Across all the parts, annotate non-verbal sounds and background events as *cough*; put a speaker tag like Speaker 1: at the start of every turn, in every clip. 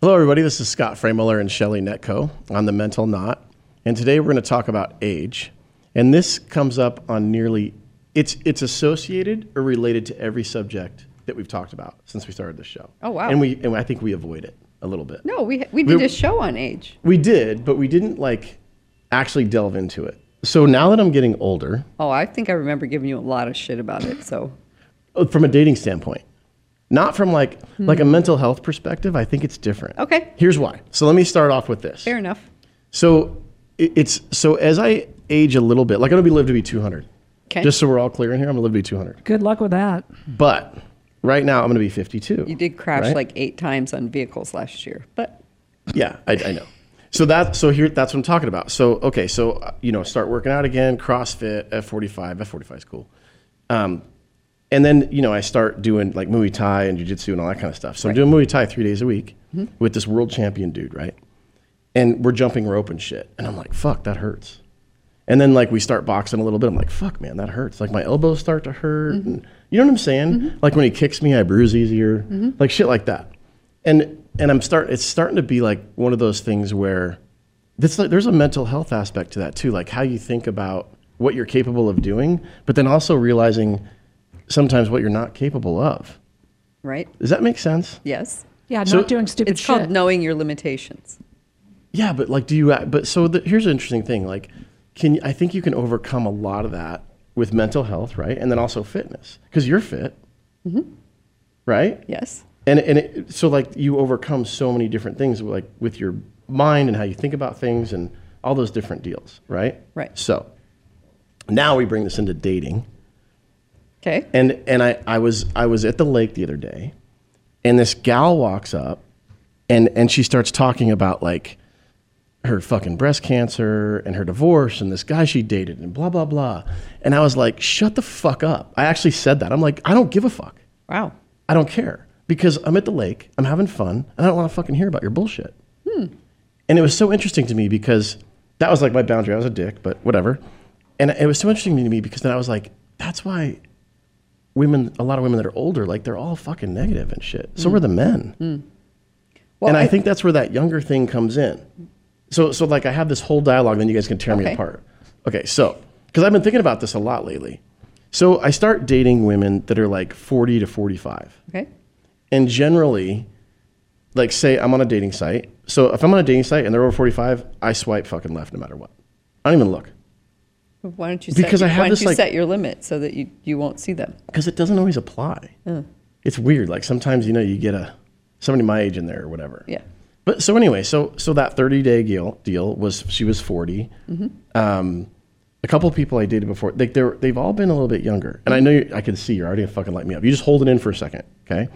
Speaker 1: Hello, everybody. This is Scott Framuller and Shelly Netko on The Mental Knot. And today we're going to talk about age. And this comes up on nearly, it's, it's associated or related to every subject that we've talked about since we started this show.
Speaker 2: Oh, wow.
Speaker 1: And, we, and I think we avoid it a little bit.
Speaker 2: No, we we did
Speaker 1: We-
Speaker 2: a show on age.
Speaker 1: We did, but we didn't like actually delve into it. So now that I'm getting older,
Speaker 2: Oh, I think I remember giving you a lot of shit about it. So
Speaker 1: uh, from a dating standpoint, not from like like a mental health perspective, I think it's different.
Speaker 2: Hmm. Okay.
Speaker 1: Here's why. So let me start off with this.
Speaker 2: fair enough.
Speaker 1: So it- it's so as I age a little bit, like I'm gonna be live to be 200.
Speaker 2: 'Kay.
Speaker 1: Just so we're all clear in here, I'm gonna live to be 200.
Speaker 3: Good luck with that.
Speaker 1: But right now, I'm gonna be 52.
Speaker 2: You did crash
Speaker 1: right?
Speaker 2: like eight times on vehicles last year, but
Speaker 1: Yeah, I, I know. So that so here that's what I'm talking about. So okay, so uh, you know, start working out again, CrossFit, F45, F45 is cool. Um, and then you know, I start doing like Muay Thai and Jiu Jitsu and all that kind of stuff. So I'm doing Muay Thai three days a week
Speaker 2: Mm-hmm.
Speaker 1: with this world champion dude, right? And we're jumping rope and shit, and I'm like, fuck, that hurts. And then like we start boxing a little bit, I'm like, fuck, man, that hurts. Like my elbows start to hurt. And, you know what I'm saying? Like when he kicks me, I bruise easier. Like shit like that. And and I'm start it's starting to be like one of those things where this like, there's a mental health aspect to that too, like how you think about what you're capable of doing, but then also realizing sometimes what you're not capable of.
Speaker 2: right?
Speaker 1: Does that make sense?
Speaker 2: Yes.
Speaker 3: Yeah,
Speaker 1: So-
Speaker 3: not doing stupid
Speaker 2: It's
Speaker 3: shit.
Speaker 2: called knowing your limitations.
Speaker 1: Yeah, but like, do you? But so the, here's an interesting thing. Like, can I think you can overcome a lot of that with mental health, right? And then also fitness, because you're fit, right?
Speaker 2: Yes.
Speaker 1: And and it, so like you overcome so many different things, like with your mind and how you think about things and all those different deals, right?
Speaker 2: Right.
Speaker 1: So now we bring this into dating.
Speaker 2: Okay.
Speaker 1: And and I, I was I was at the lake the other day, and this gal walks up, and and she starts talking about like her fucking breast cancer and her divorce and this guy she dated and blah blah blah, and I was like, shut the fuck up. I actually said that. I'm like, I don't give a fuck.
Speaker 2: Wow.
Speaker 1: I don't care because I'm at the lake, I'm having fun, and I don't want to fucking hear about your bullshit.
Speaker 2: Hmm.
Speaker 1: And it was so interesting to me because that was like my boundary. I was a dick, but whatever. And it was so interesting to me because then I was like, that's why women, a lot of women that are older, like they're all fucking negative and shit. So were the men.
Speaker 2: Hmm. Well,
Speaker 1: and I, think that's where that younger thing comes in. So, so like I have this whole dialogue, then you guys can tear me
Speaker 2: Okay.
Speaker 1: apart. Okay, so because I've been thinking about this a lot lately. So I start dating women that are like 40 to 45
Speaker 2: okay.
Speaker 1: and generally like say i'm on a dating site so if i'm on a dating site and they're over 45 i swipe fucking left no matter what i don't even look
Speaker 2: Why don't you
Speaker 1: Because
Speaker 2: set,
Speaker 1: I have
Speaker 2: why don't
Speaker 1: this,
Speaker 2: you
Speaker 1: like-
Speaker 2: set your limit so that you, you won't see them?
Speaker 1: because it doesn't always apply it's weird like sometimes you know you get a somebody my age in there or whatever
Speaker 2: Yeah.
Speaker 1: but so anyway so so that 30 day deal deal was she was 40 um a couple people I dated before, they, they're, they've all been a little bit younger. And I know you, I can see you're already gonna fucking light me up. You just hold it in for a second, okay?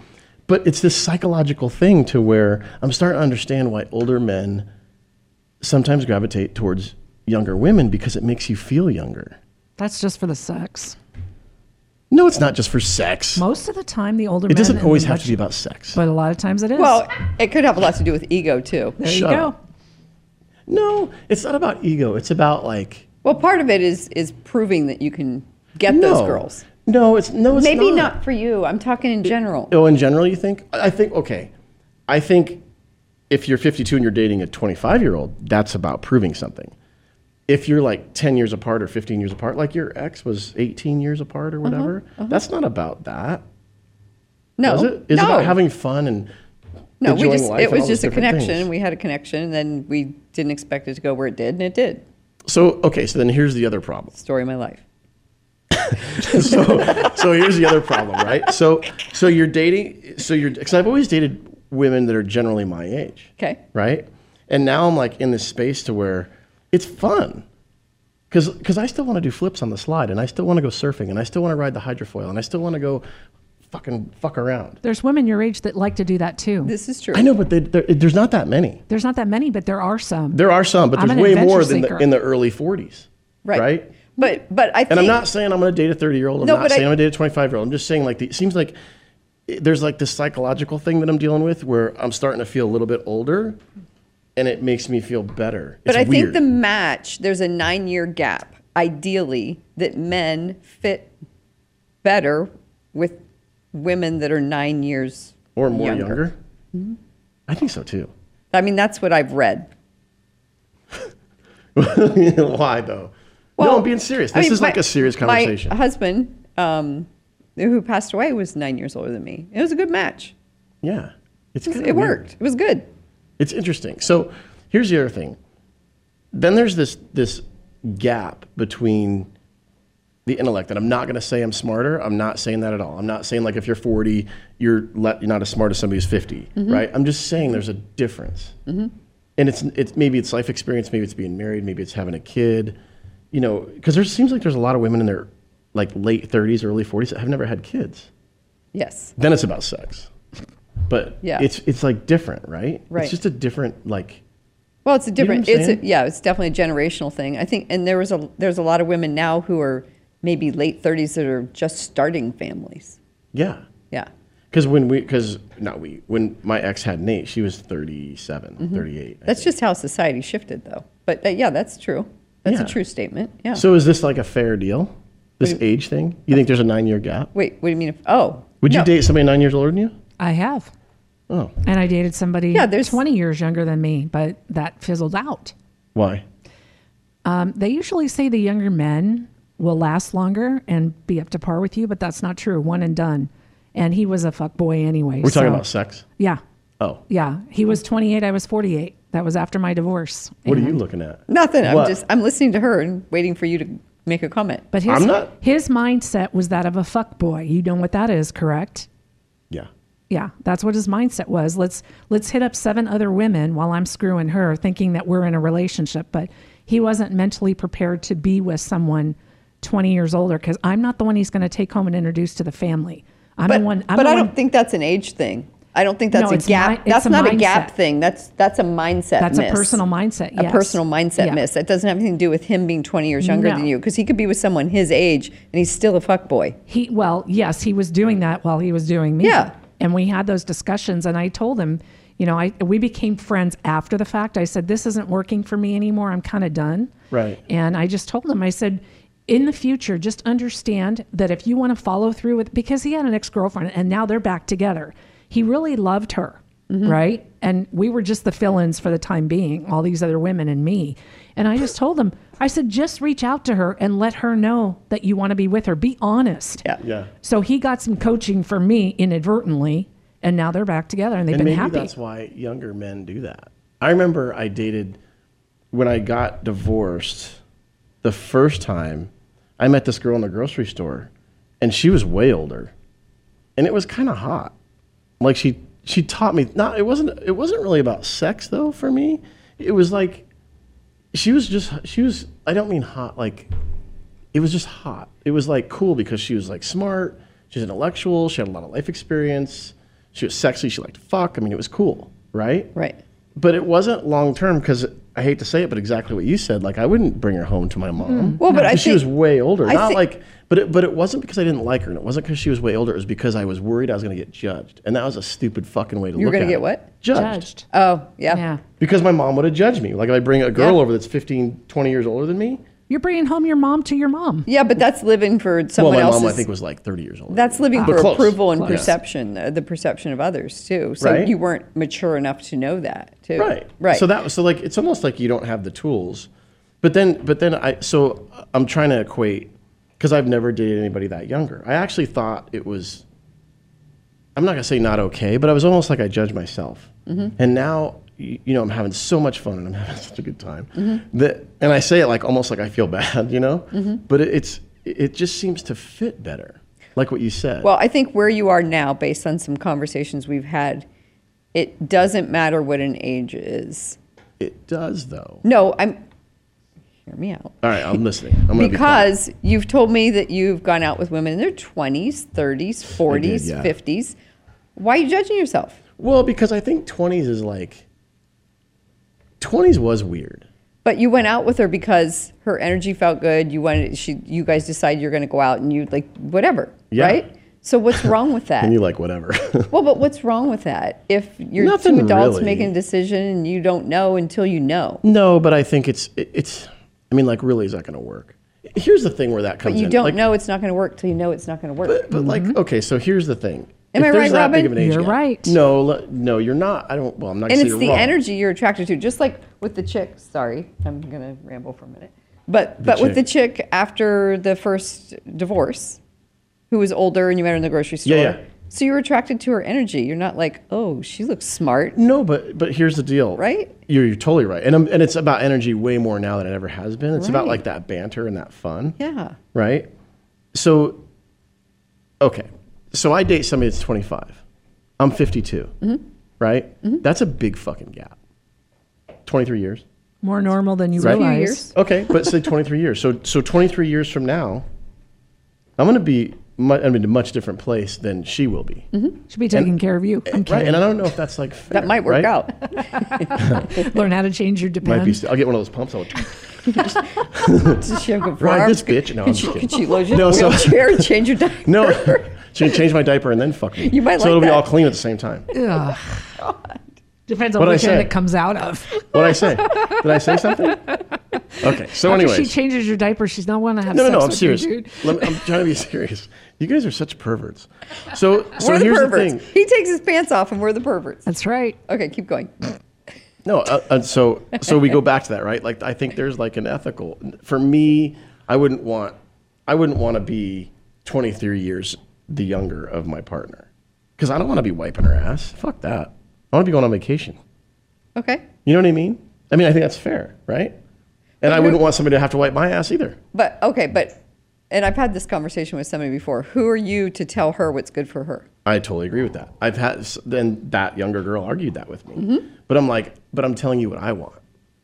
Speaker 1: But it's this psychological thing to where I'm starting to understand why older men sometimes gravitate towards younger women because it makes you feel younger.
Speaker 3: That's just for the sex.
Speaker 1: No, it's not just for sex.
Speaker 3: Most of the time, the older
Speaker 1: It
Speaker 3: men
Speaker 1: doesn't
Speaker 3: and
Speaker 1: always
Speaker 3: the
Speaker 1: have to
Speaker 3: much-
Speaker 1: be about sex.
Speaker 3: but a lot of times it is.
Speaker 2: Well, it could have a lot to do with ego too.
Speaker 3: there you
Speaker 1: shut
Speaker 3: go.
Speaker 1: up. No, it's not about ego. It's about like
Speaker 2: Well, part of it is is proving that you can get those
Speaker 1: no.
Speaker 2: girls.
Speaker 1: No, it's no, it's
Speaker 2: Maybe not. for you. I'm talking in general.
Speaker 1: Oh, in general, you think? I I think okay. I think if you're 52 and you're dating a 25 year old, that's about proving something. If you're like 10 years apart or 15 years apart, like your ex was 18 years apart or
Speaker 2: Uh-huh,
Speaker 1: whatever, that's not about that.
Speaker 2: no.
Speaker 1: Is it? Is
Speaker 2: no.
Speaker 1: it about having fun and
Speaker 2: No, we
Speaker 1: enjoying
Speaker 2: just
Speaker 1: life
Speaker 2: it
Speaker 1: and all
Speaker 2: was
Speaker 1: those
Speaker 2: just a
Speaker 1: different
Speaker 2: connection.
Speaker 1: things?
Speaker 2: We had a connection, and then we didn't expect it to go where it did, and it did.
Speaker 1: So okay, so then here's the other problem.
Speaker 2: Story of my life.
Speaker 1: *laughs* so so here's the other problem, right? So so you're dating so you're because I've always dated women that are generally my age.
Speaker 2: Okay.
Speaker 1: Right? And now I'm like in this space to where it's fun. Cause, 'cause I still want to do flips on the slide and I still want to go surfing and I still want to ride the hydrofoil and I still want to go fucking fuck around.
Speaker 3: There's women your age that like to do that too.
Speaker 2: This is true.
Speaker 1: I know, but they, there- there's not that many.
Speaker 3: There's not that many, but there are some.
Speaker 1: There are some, but
Speaker 3: I'm
Speaker 1: there's
Speaker 3: an
Speaker 1: way more
Speaker 3: adventure
Speaker 1: than the,
Speaker 3: seeker.
Speaker 1: in the early 40s.
Speaker 2: Right.
Speaker 1: Right?
Speaker 2: But but I think
Speaker 1: And I'm not saying I'm going to date a 30 year old. I'm
Speaker 2: No,
Speaker 1: not
Speaker 2: but I-
Speaker 1: saying I, am going to date a 25 year old. I'm just saying like the, it seems like it- there's like this psychological thing that I'm dealing with where I'm starting to feel a little bit older, and it makes me feel better.
Speaker 2: But
Speaker 1: It's weird.
Speaker 2: I think the match there's a nine year gap. Ideally, that men fit better with women that are nine years
Speaker 1: or more
Speaker 2: younger. Hmm?
Speaker 1: younger. I think so too. *laughs*
Speaker 2: I mean, that's what I've read.
Speaker 1: Why though? no, I'm being serious.
Speaker 2: I
Speaker 1: This
Speaker 2: mean,
Speaker 1: is
Speaker 2: my-
Speaker 1: like a serious conversation.
Speaker 2: My husband, um, who passed away, was nine years older than me. It was a good match.
Speaker 1: yeah, it's
Speaker 2: It, was-
Speaker 1: kinda
Speaker 2: it
Speaker 1: weird.
Speaker 2: worked. It was good.
Speaker 1: It's interesting. So here's the other thing. Then there's this this gap between the intellect, and I'm not going to say I'm smarter. I'm not saying that at all. I'm not saying like if you're 40, you're le- you're not as smart as somebody who's 50, right? I'm just saying there's a difference, and it's it's maybe it's life experience, maybe it's being married, maybe it's having a kid, you know? Because there seems like there's a lot of women in their like late 30s, early 40s that have never had kids
Speaker 2: Yes.
Speaker 1: then it's about sex. But
Speaker 2: Yeah.
Speaker 1: it's it's like different, right?
Speaker 2: Right.
Speaker 1: It's just a different like
Speaker 2: Well, it's a
Speaker 1: know what I'm
Speaker 2: different. it's a,
Speaker 1: saying?
Speaker 2: yeah, it's definitely a generational thing. I think, and there was a there's a lot of women now who are maybe late 30s that are just starting families.
Speaker 1: yeah.
Speaker 2: Yeah.
Speaker 1: Because when we because not we when my ex had Nate, she was 37, 38. I
Speaker 2: Mm-hmm. That's
Speaker 1: think.
Speaker 2: just how society shifted, though. But uh, yeah, that's true. That's
Speaker 1: Yeah.
Speaker 2: a true statement. Yeah.
Speaker 1: So is this like a fair deal? This age thing? You think there's a 9-year gap?
Speaker 2: Wait, what do you mean? If, oh,
Speaker 1: Would you
Speaker 2: no.
Speaker 1: date somebody 9 years older than you?
Speaker 3: I have.
Speaker 1: Oh.
Speaker 3: And I dated somebody
Speaker 2: Yeah, there's-
Speaker 3: 20 years younger than me, but that fizzled out.
Speaker 1: Why?
Speaker 3: Um, they usually say the younger men will last longer and be up to par with you, but that's not true. One and done. And he was a fuck boy anyway.
Speaker 1: We're talking
Speaker 3: so-
Speaker 1: about sex.
Speaker 3: Yeah.
Speaker 1: Oh.
Speaker 3: Yeah. He was 28. I was 48. That was after my divorce.
Speaker 1: What are you looking at?
Speaker 2: Nothing. I'm
Speaker 1: What?
Speaker 2: just I'm listening to her and waiting for you to make a comment.
Speaker 3: But his,
Speaker 1: I'm not-
Speaker 3: his mindset was that of a fuck boy. You know what that is, correct?
Speaker 1: Yeah.
Speaker 3: Yeah, that's what his mindset was. Let's let's hit up seven other women while I'm screwing her, thinking that we're in a relationship. But he wasn't mentally prepared to be with someone 20 years older because I'm not the one he's going to take home and introduce to the family. I'm
Speaker 2: But,
Speaker 3: the one. I'm
Speaker 2: but
Speaker 3: the
Speaker 2: I
Speaker 3: one-
Speaker 2: don't think that's an age thing. I don't think that's
Speaker 3: No,
Speaker 2: a
Speaker 3: it's mi-
Speaker 2: gap.
Speaker 3: it's
Speaker 2: that's
Speaker 3: a
Speaker 2: not a
Speaker 3: mindset.
Speaker 2: gap thing. That's that's a mindset.
Speaker 3: That's a
Speaker 2: miss.
Speaker 3: personal mindset,
Speaker 2: A
Speaker 3: yes.
Speaker 2: personal mindset
Speaker 3: Yeah.
Speaker 2: miss. That doesn't have anything to do with him being 20 years younger
Speaker 3: No.
Speaker 2: than you, because he could be with someone his age and he's still a fuck boy.
Speaker 3: He well, yes, he was doing that while he was doing me.
Speaker 2: Yeah.
Speaker 3: And we had those discussions and I told him, you know, I we became friends after the fact. I said this isn't working for me anymore. I'm kind of done.
Speaker 1: Right.
Speaker 3: And I just told him I said in the future just understand that if you want to follow through with because he had an ex-girlfriend and now they're back together. He really loved her,
Speaker 1: Mm-hmm.
Speaker 3: right? And we were just the fill-ins for the time being, all these other women and me. And I just told him, I said just reach out to her and let her know that you want to be with her. Be honest.
Speaker 2: Yeah.
Speaker 1: Yeah.
Speaker 3: So he got some coaching for me inadvertently, and now they're back together and they've
Speaker 1: and
Speaker 3: been
Speaker 1: maybe
Speaker 3: happy.
Speaker 1: that's why younger men do that. I remember I dated when I got divorced the first time. I met this girl in the grocery store, and she was way older, and it was kind of hot. Like she she taught me not it wasn't it wasn't really about sex though for me. It was like she was just she was I don't mean hot like it was just hot. It was like cool because she was like smart, she's intellectual, she had a lot of life experience, she was sexy, she liked to fuck. I mean, it was cool, right?
Speaker 2: Right.
Speaker 1: But it wasn't long term because I hate to say it, but exactly what you said. Like I wouldn't bring her home to my mom.
Speaker 2: Mm-hmm. Well, but I
Speaker 1: she
Speaker 2: think-
Speaker 1: was way older.
Speaker 2: I
Speaker 1: not
Speaker 2: thi-
Speaker 1: like, but it, but it wasn't because I didn't like her, and it wasn't because she was way older. It was because I was worried I was going to get judged, and that was a stupid fucking way to
Speaker 2: You were
Speaker 1: look at
Speaker 2: gonna get
Speaker 1: it.
Speaker 2: what?
Speaker 1: Judged.
Speaker 3: judged.
Speaker 2: Oh, yeah.
Speaker 3: Yeah.
Speaker 1: Because my mom would have judged me. Like if I bring a girl
Speaker 2: Yeah.
Speaker 1: over that's 15, 20 years older than me.
Speaker 3: You're bringing home your mom to your mom.
Speaker 2: Yeah, but that's living for
Speaker 1: Well,
Speaker 2: someone
Speaker 1: my
Speaker 2: else's.
Speaker 1: mom I think was like thirty years older.
Speaker 2: that's
Speaker 1: than me.
Speaker 2: living
Speaker 1: But
Speaker 2: for
Speaker 1: close.
Speaker 2: approval and
Speaker 1: Close.
Speaker 2: perception, uh, the perception of others too. So
Speaker 1: Right.
Speaker 2: you weren't mature enough to know that too.
Speaker 1: Right.
Speaker 2: Right.
Speaker 1: So that so like it's almost like you don't have the tools. But then but then I so I'm trying to equate because I've never dated anybody that younger. I actually thought it was I'm not gonna say not okay, but I was almost like I judged myself.
Speaker 2: Mm-hmm.
Speaker 1: And now y- you know I'm having so much fun and I'm *laughs* having such a good time.
Speaker 2: Mm-hmm.
Speaker 1: That and I say it like almost like I feel *laughs* bad, you know. But it, it's it just seems to fit better, like what you said.
Speaker 2: Well, I think where you are now, based on some conversations we've had, it doesn't matter what an age is.
Speaker 1: it does though.
Speaker 2: No, I'm. Hear me out.
Speaker 1: All right, I'm listening. I'm gonna be quiet.
Speaker 2: because you've told me that you've gone out with women in their 20s, 30s, 40s,
Speaker 1: yeah.
Speaker 2: 50s. Why are you judging yourself?
Speaker 1: Well, because I think 20s is like 20s was weird.
Speaker 2: But you went out with her because her energy felt good. You wanted she. You guys decide you're going to go out, and you like whatever,
Speaker 1: Yeah.
Speaker 2: right?
Speaker 1: *laughs*
Speaker 2: So what's wrong with that?
Speaker 1: And you like whatever. *laughs*
Speaker 2: well, but what's wrong with that? If you're
Speaker 1: Nothing
Speaker 2: two adults
Speaker 1: really.
Speaker 2: making a decision and you don't know until you know,
Speaker 1: no, but I think it's it, it's I mean like really is that going to work? Here's the thing where that comes
Speaker 2: but you
Speaker 1: in.
Speaker 2: don't
Speaker 1: like,
Speaker 2: know it's not going to work till you know it's not going to work.
Speaker 1: But like okay, so here's the thing.
Speaker 2: Am
Speaker 1: If
Speaker 2: I
Speaker 1: there's
Speaker 2: right,
Speaker 1: that big
Speaker 2: Robin?
Speaker 1: of an age
Speaker 3: You're
Speaker 1: gap-
Speaker 3: right.
Speaker 1: No, le- no, you're not. I don't. Well, I'm not.
Speaker 2: and
Speaker 1: gonna say
Speaker 2: it's
Speaker 1: you're
Speaker 2: the
Speaker 1: wrong.
Speaker 2: energy you're attracted to just like with the chick sorry i'm gonna ramble for a minute but but with the
Speaker 1: chick.
Speaker 2: chick after the first divorce who was older and you met her in the grocery store
Speaker 1: yeah.
Speaker 2: so you're attracted to her energy you're not like oh she looks smart
Speaker 1: No, but but here's the deal.
Speaker 2: Right?
Speaker 1: You're, you're totally right, and I'm, and it's about energy way more now than it ever has been. It's about
Speaker 2: Right.
Speaker 1: like that banter and that fun.
Speaker 2: yeah
Speaker 1: Right. So. Okay. So I date somebody that's 25. I'm 52.
Speaker 2: Mm-hmm.
Speaker 1: Right. That's a big fucking gap. 23 years.
Speaker 3: More normal than you
Speaker 1: Right.
Speaker 2: few
Speaker 3: realize.
Speaker 2: years
Speaker 1: Okay, but say 23 years. So so 23 years from now, I'm going to be mu- I'm in a much different place than she will be.
Speaker 3: Should be taking care
Speaker 1: *laughs*
Speaker 3: of you. I'm
Speaker 1: Right?
Speaker 3: kidding.
Speaker 1: And I don't know if that's like fair,
Speaker 2: Mm-hmm. that might
Speaker 1: right?
Speaker 2: work
Speaker 1: *laughs*
Speaker 2: out *laughs*
Speaker 3: Learn how to change your
Speaker 1: Might be.
Speaker 3: depends.
Speaker 1: I'll get one of those pumps. I'll *laughs*
Speaker 2: Does she have good
Speaker 1: ride this
Speaker 2: forearms?
Speaker 1: bitch. No, I'm
Speaker 2: could, she,
Speaker 1: just
Speaker 2: could
Speaker 1: kidding.
Speaker 2: she load you
Speaker 1: No,
Speaker 2: in a
Speaker 1: so-
Speaker 2: wheelchair and change your diet
Speaker 1: *laughs*
Speaker 2: *laughs*
Speaker 1: No, she can change my diaper and then fuck me.
Speaker 2: You might
Speaker 1: so it'll
Speaker 2: like
Speaker 1: be all
Speaker 2: that.
Speaker 1: clean at the same time.
Speaker 3: Depends on
Speaker 1: What'd I
Speaker 3: which end
Speaker 1: say?
Speaker 3: it comes out of.
Speaker 1: What I say? Did I say
Speaker 2: *laughs*
Speaker 1: something? Okay. So
Speaker 3: After
Speaker 1: anyways,
Speaker 3: she changes your diaper, she's not want to have
Speaker 1: no, no,
Speaker 3: sex
Speaker 1: no. I'm
Speaker 3: with you,
Speaker 1: serious.
Speaker 3: dude.
Speaker 1: Let me, I'm trying to be *laughs* serious. You guys are such perverts. So so
Speaker 2: we're the
Speaker 1: here's
Speaker 2: perverts
Speaker 1: the thing.
Speaker 2: he takes his pants off and we're the perverts
Speaker 3: That's right.
Speaker 2: okay keep going
Speaker 1: No, uh, uh, so so we go back to that, right? Like I think there's like an ethical. For me, I wouldn't want I wouldn't want to be 23 years the younger of my partner because I don't want to be wiping her ass. Fuck that. I want to be going on vacation.
Speaker 2: okay
Speaker 1: You know what I mean? I mean, I think that's fair, right? And I wouldn't want somebody to have to wipe my ass either.
Speaker 2: But okay, but and I've had this conversation with somebody before. Who are you to tell her what's good for her?
Speaker 1: I totally agree with that. I've had s- then that younger girl argued that with me, but I'm like, but I'm telling you what I want.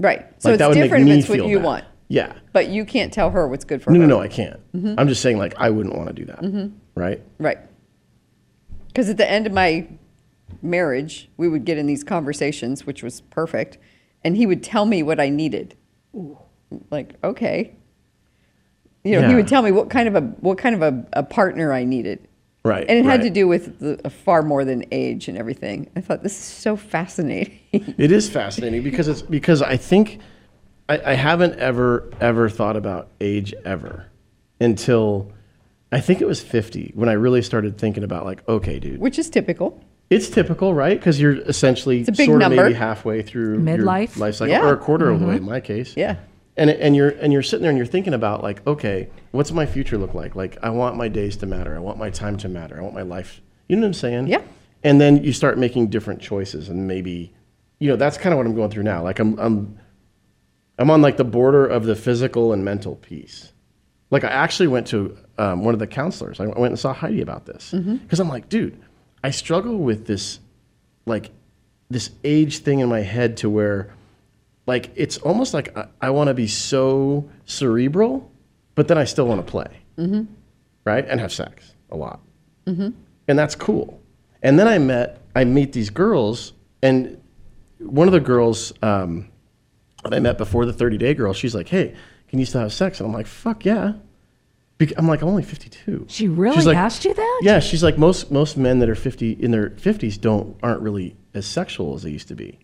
Speaker 2: Right. Mm-hmm. So
Speaker 1: Like
Speaker 2: it's different if it's what
Speaker 1: feel
Speaker 2: you
Speaker 1: bad.
Speaker 2: want.
Speaker 1: Yeah.
Speaker 2: But you can't tell her what's good for
Speaker 1: No,
Speaker 2: her.
Speaker 1: no, no, I can't.
Speaker 2: Mm-hmm.
Speaker 1: I'm just saying, like, I wouldn't want to do that. Right?
Speaker 2: Right. Because at the end of my marriage, we would get in these conversations, which was perfect, and he would tell me what I needed. Like, okay. You know, he
Speaker 1: Yeah.
Speaker 2: would tell me what kind of a what kind of a, a partner I needed.
Speaker 1: Right,
Speaker 2: And it had
Speaker 1: right.
Speaker 2: to do with the, far more than age and everything. I thought this is so fascinating. *laughs*
Speaker 1: It is fascinating because it's because I think I, I haven't ever ever thought about age ever until I think it was 50 when I really started thinking about like, okay, dude,
Speaker 2: which is typical.
Speaker 1: it's typical, right? Because you're essentially
Speaker 2: a big
Speaker 1: sort of
Speaker 2: number.
Speaker 1: maybe halfway through your
Speaker 3: Midlife.
Speaker 1: life cycle,
Speaker 2: Yeah. Mm-hmm.
Speaker 1: or a quarter of the way in my case.
Speaker 2: Yeah.
Speaker 1: And it- and you're and you're sitting there and you're thinking about like, okay, what's my future look like? Like, I want my days to matter. I want my time to matter. I want my life. You know what I'm saying?
Speaker 2: Yeah.
Speaker 1: And then you start making different choices, and maybe, you know, that's kind of what I'm going through now. Like, I'm I'm I'm on like the border of the physical and mental piece. Like I actually went to um, one of the counselors. I went and saw Heidi about this because I'm like, dude, I struggle with this, like, this age thing in my head to where, like, it's almost like I, I want to be so cerebral, but then I still want to play, right, and have sex a lot,
Speaker 3: Mm-hmm.
Speaker 1: and that's cool. And then I met I meet these girls, and one of the girls. Um, that I met before the 30 day girl, she's like, hey, can you still have sex? And I'm like, fuck yeah. Bec- I'm like, I'm only 52.
Speaker 3: She really
Speaker 1: She's like-
Speaker 3: asked you that?
Speaker 1: Yeah, she's like, most, most men that are 50 in their 50s don't, aren't really as sexual as they used to be.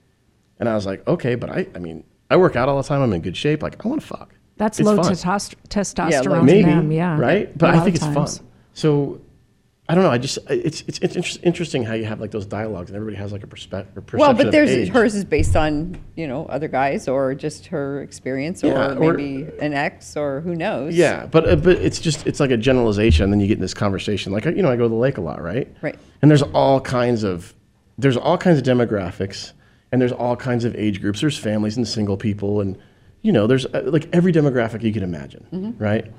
Speaker 1: And I was like, okay, but I, I mean, I work out all the time. I'm in good shape. Like, I want to fuck.
Speaker 3: That's
Speaker 1: It's
Speaker 3: low
Speaker 1: fun.
Speaker 3: testosterone testosterone
Speaker 2: low-
Speaker 3: in
Speaker 1: Maybe,
Speaker 3: them, yeah.
Speaker 1: right? But
Speaker 3: A
Speaker 1: I
Speaker 3: lot
Speaker 1: think
Speaker 3: of
Speaker 1: it's fun.
Speaker 3: times.
Speaker 1: So I don't know. I just, it's, it's, it's inter- interesting how you have like those dialogues and everybody has like a, perspe- a perception
Speaker 2: Well, but
Speaker 1: of
Speaker 2: there's
Speaker 1: age.
Speaker 2: hers is based on you know other guys or just her experience
Speaker 1: Yeah,
Speaker 2: or
Speaker 1: or-
Speaker 2: maybe an ex or who knows.
Speaker 1: Yeah, but uh, but it's just it's like a generalization. And then you get in this conversation. Like you know, I go to the lake a lot, right?
Speaker 2: Right.
Speaker 1: And there's all kinds of there's all kinds of demographics, and there's all kinds of age groups. There's families and single people, and you know, there's uh, like every demographic you can imagine, right?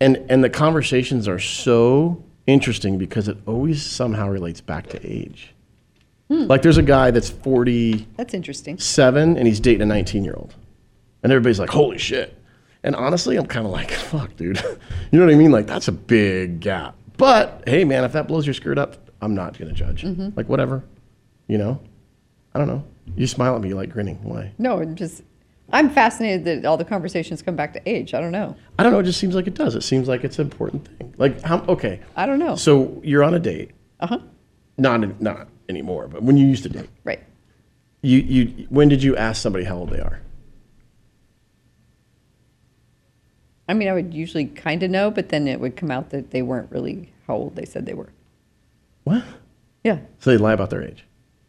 Speaker 1: And and the conversations are so interesting because it always somehow relates back to age. Like there's a guy that's 40
Speaker 2: that's interesting.
Speaker 1: seven and he's dating a 19 year old. And everybody's like, holy shit. And honestly, I'm kind of like, *laughs* fuck, dude. you know what I mean? Like, that's a big gap. But hey, man, if that blows your skirt up, I'm not going to judge.
Speaker 2: Mm-hmm.
Speaker 1: Like, whatever. You know? I don't know. You smile at me, you like grinning. Why?
Speaker 2: No, I'm just I'm fascinated that all the conversations come back to age. I don't know.
Speaker 1: I don't know. It just seems like it does. It seems like it's an important thing. Like, how, okay.
Speaker 2: I don't know.
Speaker 1: So you're on a date.
Speaker 2: Uh huh.
Speaker 1: Not, not anymore, but when you used to date,
Speaker 2: Right.
Speaker 1: you, you, when did you ask somebody how old they are?
Speaker 2: I mean, I would usually kind of know, but then it would come out that they weren't really how old they said they were.
Speaker 1: What?
Speaker 2: Yeah.
Speaker 1: So they lie about their age.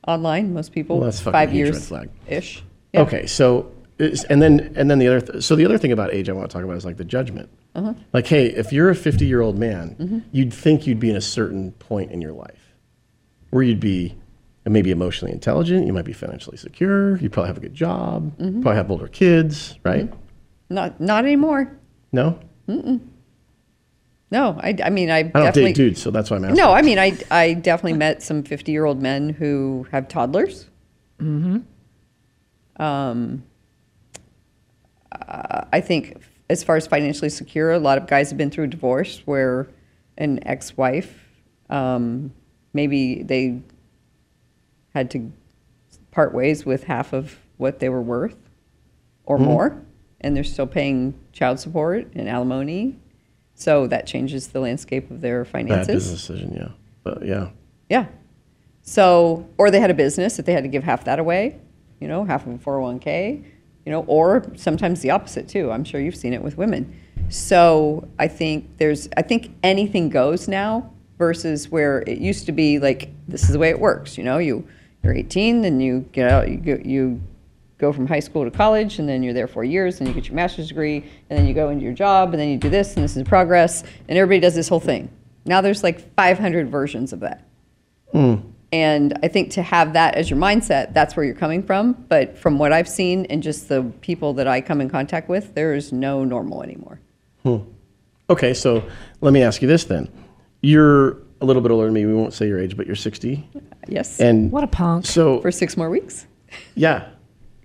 Speaker 2: Online, most people.
Speaker 1: Well, that's fucking
Speaker 2: five
Speaker 1: huge
Speaker 2: years
Speaker 1: red flag.
Speaker 2: ish. Yeah.
Speaker 1: Okay, so it's- and then and then the other th- so the other thing about age I want to talk about is like the judgment.
Speaker 2: Uh-huh.
Speaker 1: Like, hey, if you're a 50 year old man,
Speaker 2: Mm-hmm.
Speaker 1: you'd think you'd be in a certain point in your life where you'd be maybe emotionally intelligent, you might be financially secure, you probably have a good job,
Speaker 2: Mm-hmm.
Speaker 1: probably have older kids, right?
Speaker 2: Not not anymore.
Speaker 1: No,
Speaker 2: No, I, I mean I,
Speaker 1: I don't
Speaker 2: definitely
Speaker 1: date dudes, so that's why I'm asking.
Speaker 2: No, I mean I I definitely met some 50 year old men who have toddlers. Mm-hmm. Um, uh, I think as far as financially secure, a lot of guys have been through a divorce where an ex wife, um, maybe they had to part ways with half of what they were worth or
Speaker 1: Mm-hmm.
Speaker 2: more, and they're still paying child support and alimony. So that changes the landscape of their
Speaker 1: bad
Speaker 2: finances.
Speaker 1: business decision, yeah, but yeah,
Speaker 2: Yeah. So, or they had a business that they had to give half that away, you know, half of a 401k, you know, or sometimes the opposite too. I'm sure you've seen it with women. So I think there's, I think anything goes now versus where it used to be like, this is the way it works. You know, you, you're 18 then you get out, you go, you go from high school to college and then you're there four years and you get your master's degree and then you go into your job and then you do this and this is progress and everybody does this whole thing. Now there's like 500 versions of that. And I think to have that as your mindset, that's where you're coming from. But from what I've seen and just the people that I come in contact with, there is no normal anymore.
Speaker 1: okay. So let me ask you this then: You're a little bit older than me. We won't say your age, but you're 60,
Speaker 2: Yes.
Speaker 1: and
Speaker 3: What a punk.
Speaker 1: so
Speaker 2: for six more weeks.
Speaker 1: Yeah.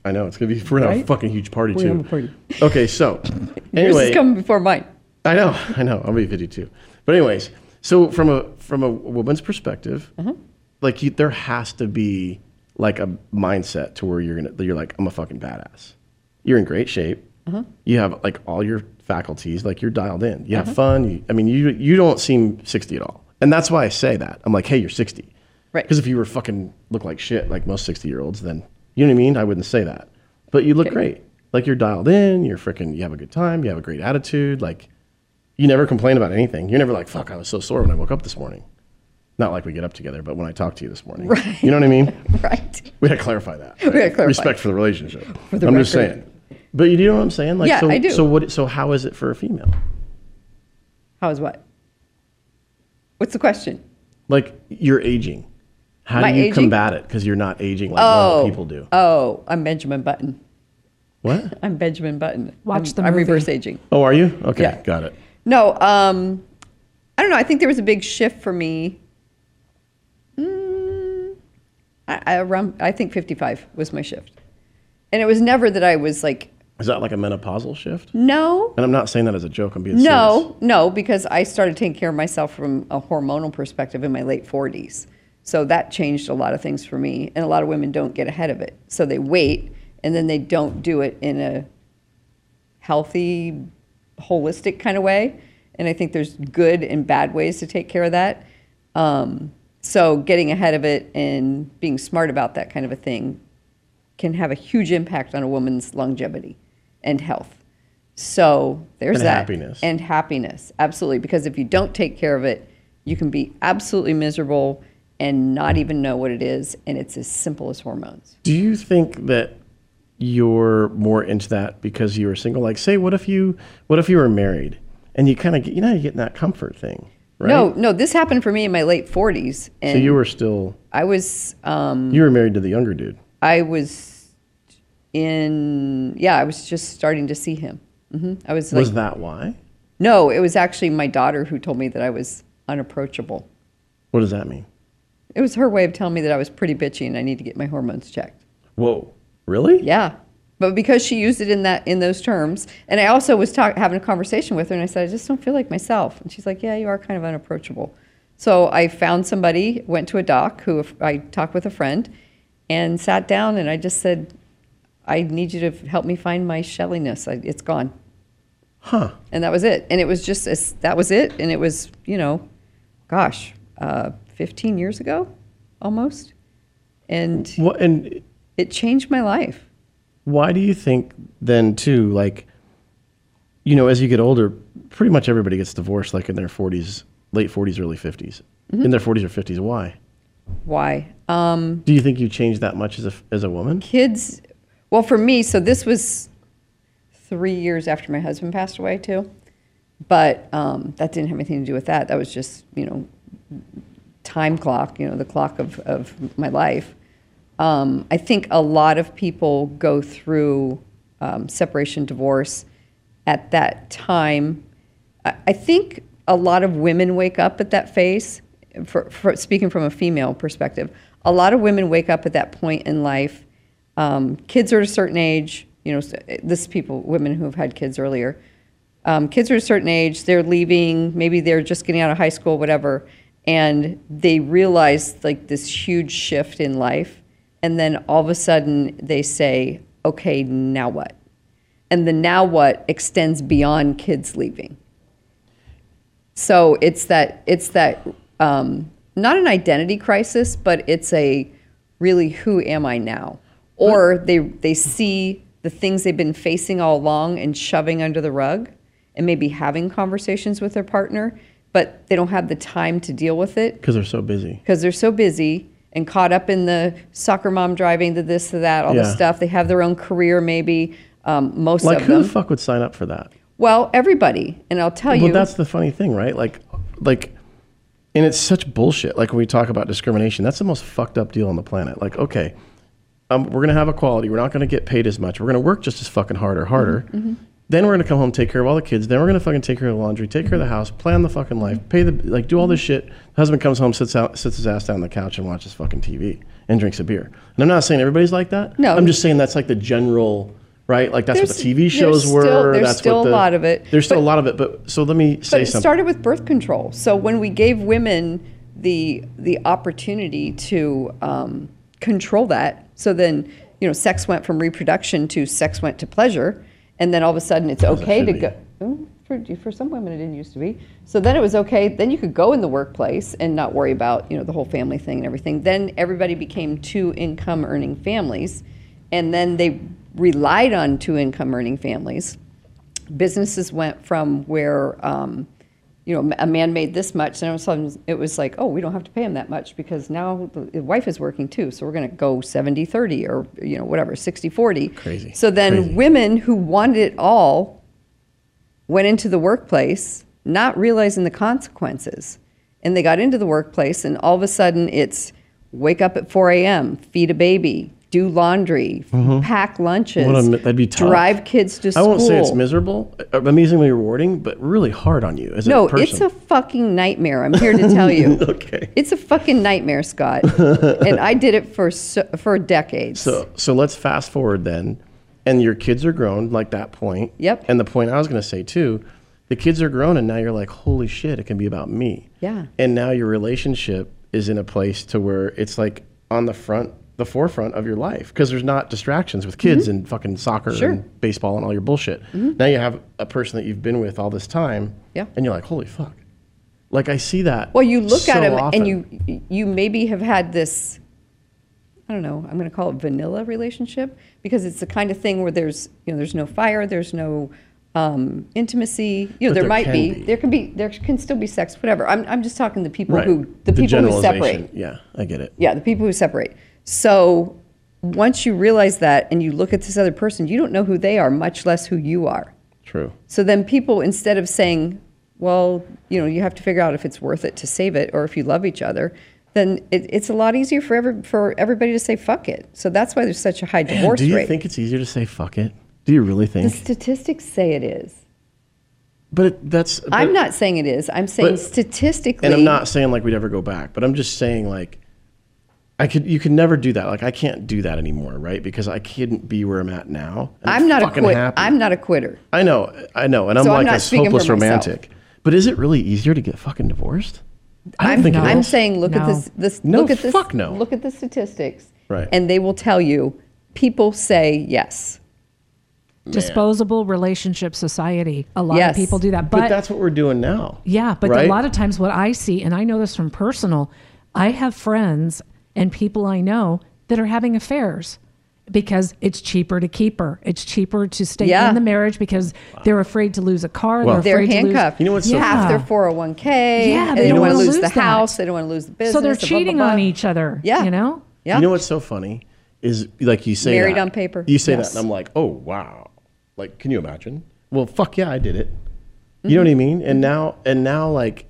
Speaker 1: I know. It's going to be, we're going to have a
Speaker 2: Right?
Speaker 1: fucking huge party too.
Speaker 2: have a party.
Speaker 1: Okay.
Speaker 2: *laughs*
Speaker 1: So,
Speaker 2: Yours
Speaker 1: anyway,
Speaker 2: is coming before mine. *laughs*
Speaker 1: I know. I know. I'll be 52. But, anyways, so from a, from a woman's perspective,
Speaker 2: Mm-hmm.
Speaker 1: like you, there has to be like a mindset to where you're going to, you're like, I'm a fucking badass. You're in great shape.
Speaker 2: Mm-hmm.
Speaker 1: You have like all your faculties, like you're dialed in. You
Speaker 2: Mm-hmm.
Speaker 1: have fun. You, I mean, you, you don't seem 60 at all. And that's why I say that. I'm like, hey, you're 60.
Speaker 2: Right.
Speaker 1: Because if you were fucking look like shit, like most 60 year olds, then you know what I mean? I wouldn't say that. But you look
Speaker 2: Okay.
Speaker 1: great. Like you're dialed in, you're freaking, you have a good time, you have a great attitude. Like you never complain about anything. You're never like, fuck, I was so sore when I woke up this morning. Not like we get up together, but when I talk to you this morning.
Speaker 2: Right.
Speaker 1: You know what I mean?
Speaker 2: Right.
Speaker 1: We gotta clarify that.
Speaker 2: *laughs* We gotta clarify.
Speaker 1: Respect for the relationship.
Speaker 2: *laughs* the
Speaker 1: I'm just
Speaker 2: record.
Speaker 1: saying. But you know what I'm saying? Like,
Speaker 2: Yeah,
Speaker 1: so,
Speaker 2: I do.
Speaker 1: So, what, so how is it for a female?
Speaker 2: How is what? What's the question?
Speaker 1: Like you're aging. How
Speaker 2: My
Speaker 1: do you
Speaker 2: aging?
Speaker 1: combat it? Because you're not aging like normal people do.
Speaker 2: Oh, I'm Benjamin Button.
Speaker 1: what?
Speaker 2: I'm Benjamin Button.
Speaker 3: Watch
Speaker 2: I'm,
Speaker 3: the
Speaker 2: I'm
Speaker 3: movie.
Speaker 2: reverse aging.
Speaker 1: Oh, are you? Okay,
Speaker 2: Yeah.
Speaker 1: got it.
Speaker 2: No, um, I don't know. I think there was a big shift for me. Mm, I, I around, I think 55 was my shift, and it was never that I was like,
Speaker 1: Is that like a menopausal shift?
Speaker 2: no,
Speaker 1: And I'm not saying that as a joke. I'm being serious.
Speaker 2: no, no, because I started taking care of myself from a hormonal perspective in my late 40s. So that changed a lot of things for me. And a lot of women don't get ahead of it. So they wait and then they don't do it in a healthy, holistic kind of way. And I think there's good and bad ways to take care of that. Um, so getting ahead of it and being smart about that kind of a thing can have a huge impact on a woman's longevity and health. So there's
Speaker 1: And
Speaker 2: that
Speaker 1: happiness.
Speaker 2: and happiness absolutely because if you don't take care of it, you can be absolutely miserable and not even know what it is, and it's as simple as hormones.
Speaker 1: Do you think that you're more into that because you were single? Like, say, what if you, what if you were married and you kind of get, you know, you get in that comfort thing, right?
Speaker 2: No, no, this happened for me in my late 40s, and
Speaker 1: So you were still,
Speaker 2: I was um,
Speaker 1: you were married to the younger dude.
Speaker 2: I was in, yeah, I was just starting to see him. hmm I was like,
Speaker 1: Was that why?
Speaker 2: no, it was actually my daughter who told me that I was unapproachable.
Speaker 1: What does that mean?
Speaker 2: It was her way of telling me that I was pretty bitchy and I need to get my hormones checked.
Speaker 1: Whoa, really?
Speaker 2: Yeah. But because she used it in that in those terms, and I also was talk, having a conversation with her, and I said, I just don't feel like myself. And she's like, Yeah, you are kind of unapproachable. So I found somebody, went to a doc who if- I talked with a friend, and sat down, and I just said, I need you to f- help me find my shelliness. I, it's gone.
Speaker 1: Huh?
Speaker 2: And that was it. And it was just as, that was it. And it was you know, gosh, uh, 15 years ago, almost, and
Speaker 1: What? And
Speaker 2: it changed my life.
Speaker 1: why do you think then too like you know as you get older pretty much
Speaker 2: Mm-hmm.
Speaker 1: everybody gets divorced like in their 40s late 40s early 50s in their 40s or 50s why
Speaker 2: Why? Um,
Speaker 1: Do you think you changed that much as a as a woman?
Speaker 2: kids, well, for me, so this was three years after my husband passed away, too. But um, that didn't have anything to do with that. That was just, you know, time clock, you know, the clock of, of my life. Um, I think a lot of people go through um, separation, divorce at that time. I, I think a lot of women wake up at that phase, for, for speaking from a female perspective. A lot of women wake up at that point in life. Um, kids are at a certain age, you know, so- this is people, women who've had kids earlier um, kids are a certain age, they're leaving, maybe they're just getting out of high school, whatever, and they realize like this huge shift in life. And then all of a sudden they say, okay, now what? And the now what extends beyond kids leaving. So it's that it's that um, not an identity crisis, but it's a really who am I now? Or they they see the things they've been facing all along and shoving under the rug, and maybe having conversations with their partner, but they don't have the time to deal with it
Speaker 1: Because they're so busy.
Speaker 2: because they're so busy and caught up in the soccer mom driving the this the that all
Speaker 1: Yeah.
Speaker 2: this stuff. They have their own career maybe. Um, most
Speaker 1: Like
Speaker 2: of
Speaker 1: who
Speaker 2: them.
Speaker 1: the fuck would sign up for that?
Speaker 2: well, everybody, and I'll tell
Speaker 1: Well,
Speaker 2: you.
Speaker 1: that's the funny thing, right? Like, like, and it's such bullshit. Like when we talk about discrimination, that's the most fucked up deal on the planet. Like, okay, um, we're gonna have equality. We're not gonna get paid as much. We're gonna work just as fucking hard or
Speaker 2: Mm-hmm.
Speaker 1: harder. Then we're gonna come home, take care of all the kids. Then we're gonna fucking take care of the laundry, take care of the house, plan the fucking life, pay the like, do all this shit. husband comes home, sits out, sits his ass down on the couch and watches fucking TV and drinks a beer. And I'm not saying everybody's like that.
Speaker 2: No.
Speaker 1: I'm just saying that's like the general. Right, like that's what
Speaker 2: There's-
Speaker 1: the TV
Speaker 2: there's
Speaker 1: shows
Speaker 2: still-
Speaker 1: were.
Speaker 2: there's
Speaker 1: that's
Speaker 2: still
Speaker 1: what
Speaker 2: a
Speaker 1: the,
Speaker 2: lot of it,
Speaker 1: There's still
Speaker 2: but-
Speaker 1: a lot of it, but so let me say
Speaker 2: But it
Speaker 1: something.
Speaker 2: started with birth control. So when we gave women the the opportunity to um, control that, so then you know, sex went from reproduction to sex went to pleasure, and then all of a sudden it's
Speaker 1: it
Speaker 2: okay
Speaker 1: should
Speaker 2: to
Speaker 1: be.
Speaker 2: go. Mm, For, for some women, it didn't used to be. So then it was okay. Then you could go in the workplace and not worry about you know the whole family thing and everything. Then everybody became two income earning families, and then they relied on two income earning families businesses went from where um, you know a man made this much and all of a sudden it was like oh we don't have to pay him that much because now the wife is working too so we're going to go 70 30 or you know whatever 60 40
Speaker 1: Crazy.
Speaker 2: so then
Speaker 1: Crazy.
Speaker 2: women who wanted it all went into the workplace not realizing the consequences. And they got into the workplace, and all of a sudden it's wake up at 4 a.m., feed a baby, do laundry, pack lunches,
Speaker 1: Mm-hmm. What a mi- that'd be tough.
Speaker 2: drive kids to
Speaker 1: I
Speaker 2: school.
Speaker 1: won't say it's miserable, uh, amazingly rewarding, but really hard on you as
Speaker 2: No,
Speaker 1: a person.
Speaker 2: it's a fucking nightmare. I'm here to tell you.
Speaker 1: *laughs* Okay.
Speaker 2: It's a fucking
Speaker 1: *laughs*
Speaker 2: nightmare, Scott. and I did it for so, for decades.
Speaker 1: so so let's fast forward then, and your kids are grown like that point.
Speaker 2: Yep.
Speaker 1: And the point I was going to say too, the kids are grown, and now you're like, holy shit, it can be about me.
Speaker 2: Yeah.
Speaker 1: And now your relationship is in a place to where it's like on the front, the forefront of your life because there's not distractions with kids and fucking soccer
Speaker 2: Mm-hmm. Sure. Mm-hmm.
Speaker 1: and baseball and all your bullshit. Now you have a person that you've been with all this time.
Speaker 2: Yeah.
Speaker 1: And you're like, holy fuck. Like I see that.
Speaker 2: Well, you look
Speaker 1: so
Speaker 2: at him
Speaker 1: often.
Speaker 2: and you you maybe have had this I don't know, I'm going to call it vanilla relationship because it's the kind of thing where there's, you know, there's no fire, there's no um, intimacy. You
Speaker 1: But
Speaker 2: know, there,
Speaker 1: there
Speaker 2: might
Speaker 1: can
Speaker 2: be,
Speaker 1: be.
Speaker 2: there can be there can still be sex, whatever. I'm I'm just talking the people
Speaker 1: Right.
Speaker 2: who the, people who
Speaker 1: generalization.
Speaker 2: separate.
Speaker 1: Yeah, I get it.
Speaker 2: Yeah, the people who separate. So once you realize that and you look at this other person, you don't know who they are, much less who you are.
Speaker 1: True.
Speaker 2: So then people, instead of saying, well, you know, you have to figure out if it's worth it to save it or if you love each other, then it, it's a lot easier for, every, for everybody to say, fuck it. So that's why there's such a high
Speaker 1: Man,
Speaker 2: divorce
Speaker 1: do you
Speaker 2: rate.
Speaker 1: think it's easier to say fuck it? Do you really
Speaker 2: the
Speaker 1: think?
Speaker 2: statistics say it is.
Speaker 1: but it, that's.
Speaker 2: I'm
Speaker 1: but-
Speaker 2: not saying it is. I'm saying
Speaker 1: but-
Speaker 2: statistically.
Speaker 1: And I'm not saying like we'd ever go back, but I'm just saying like, I could. You could never do that. Like I can't do that anymore, right? Because I couldn't be where I'm at now. and
Speaker 2: I'm not a
Speaker 1: fucking
Speaker 2: quitter.
Speaker 1: happy.
Speaker 2: I'm not a quitter.
Speaker 1: I know. I know. And I'm
Speaker 2: So I'm
Speaker 1: like
Speaker 2: not
Speaker 1: this
Speaker 2: speaking for
Speaker 1: hopeless
Speaker 2: myself.
Speaker 1: romantic. But is it really easier to get fucking divorced? I don't
Speaker 2: I'm,
Speaker 1: think it
Speaker 2: I'm
Speaker 1: is.
Speaker 2: saying look at
Speaker 3: No.
Speaker 2: this. This
Speaker 1: No,
Speaker 2: look at this.
Speaker 1: fuck no.
Speaker 2: Look at the statistics.
Speaker 1: Right.
Speaker 2: And they will tell you. People say yes.
Speaker 3: Disposable relationship society. A lot
Speaker 2: Yes.
Speaker 3: of people do that,
Speaker 1: But,
Speaker 3: but
Speaker 1: that's what we're doing now.
Speaker 3: Yeah, but
Speaker 1: right?
Speaker 3: a lot of times what I see, and I know this from personal, I have friends and people I know that are having affairs. because it's cheaper to keep her. It's cheaper to stay
Speaker 2: Yeah.
Speaker 3: in the marriage because they're afraid to lose a car.
Speaker 1: Well-
Speaker 3: they're
Speaker 2: They're
Speaker 3: afraid
Speaker 2: handcuffed.
Speaker 3: To
Speaker 1: You know what's so
Speaker 2: half
Speaker 1: funny?
Speaker 2: their 401k.
Speaker 3: Yeah,
Speaker 2: and
Speaker 3: they
Speaker 2: they
Speaker 3: don't
Speaker 2: don't want to
Speaker 3: wanna
Speaker 2: lose
Speaker 3: lose
Speaker 2: the
Speaker 3: that.
Speaker 2: house. They don't want to lose the
Speaker 3: lose.
Speaker 2: business.
Speaker 3: So they're
Speaker 2: the blah,
Speaker 3: cheating
Speaker 2: blah,
Speaker 3: on
Speaker 2: blah.
Speaker 3: each other.
Speaker 2: Yeah.
Speaker 3: You know?
Speaker 2: Yeah.
Speaker 1: You know what's so funny is like you say
Speaker 2: Married
Speaker 1: that.
Speaker 2: on paper.
Speaker 1: You say
Speaker 2: Yes.
Speaker 1: that, and I'm like, oh wow, like can you imagine? Well, fuck yeah, I did it. You know
Speaker 2: Mm-hmm.
Speaker 1: what I mean? And now, and now, like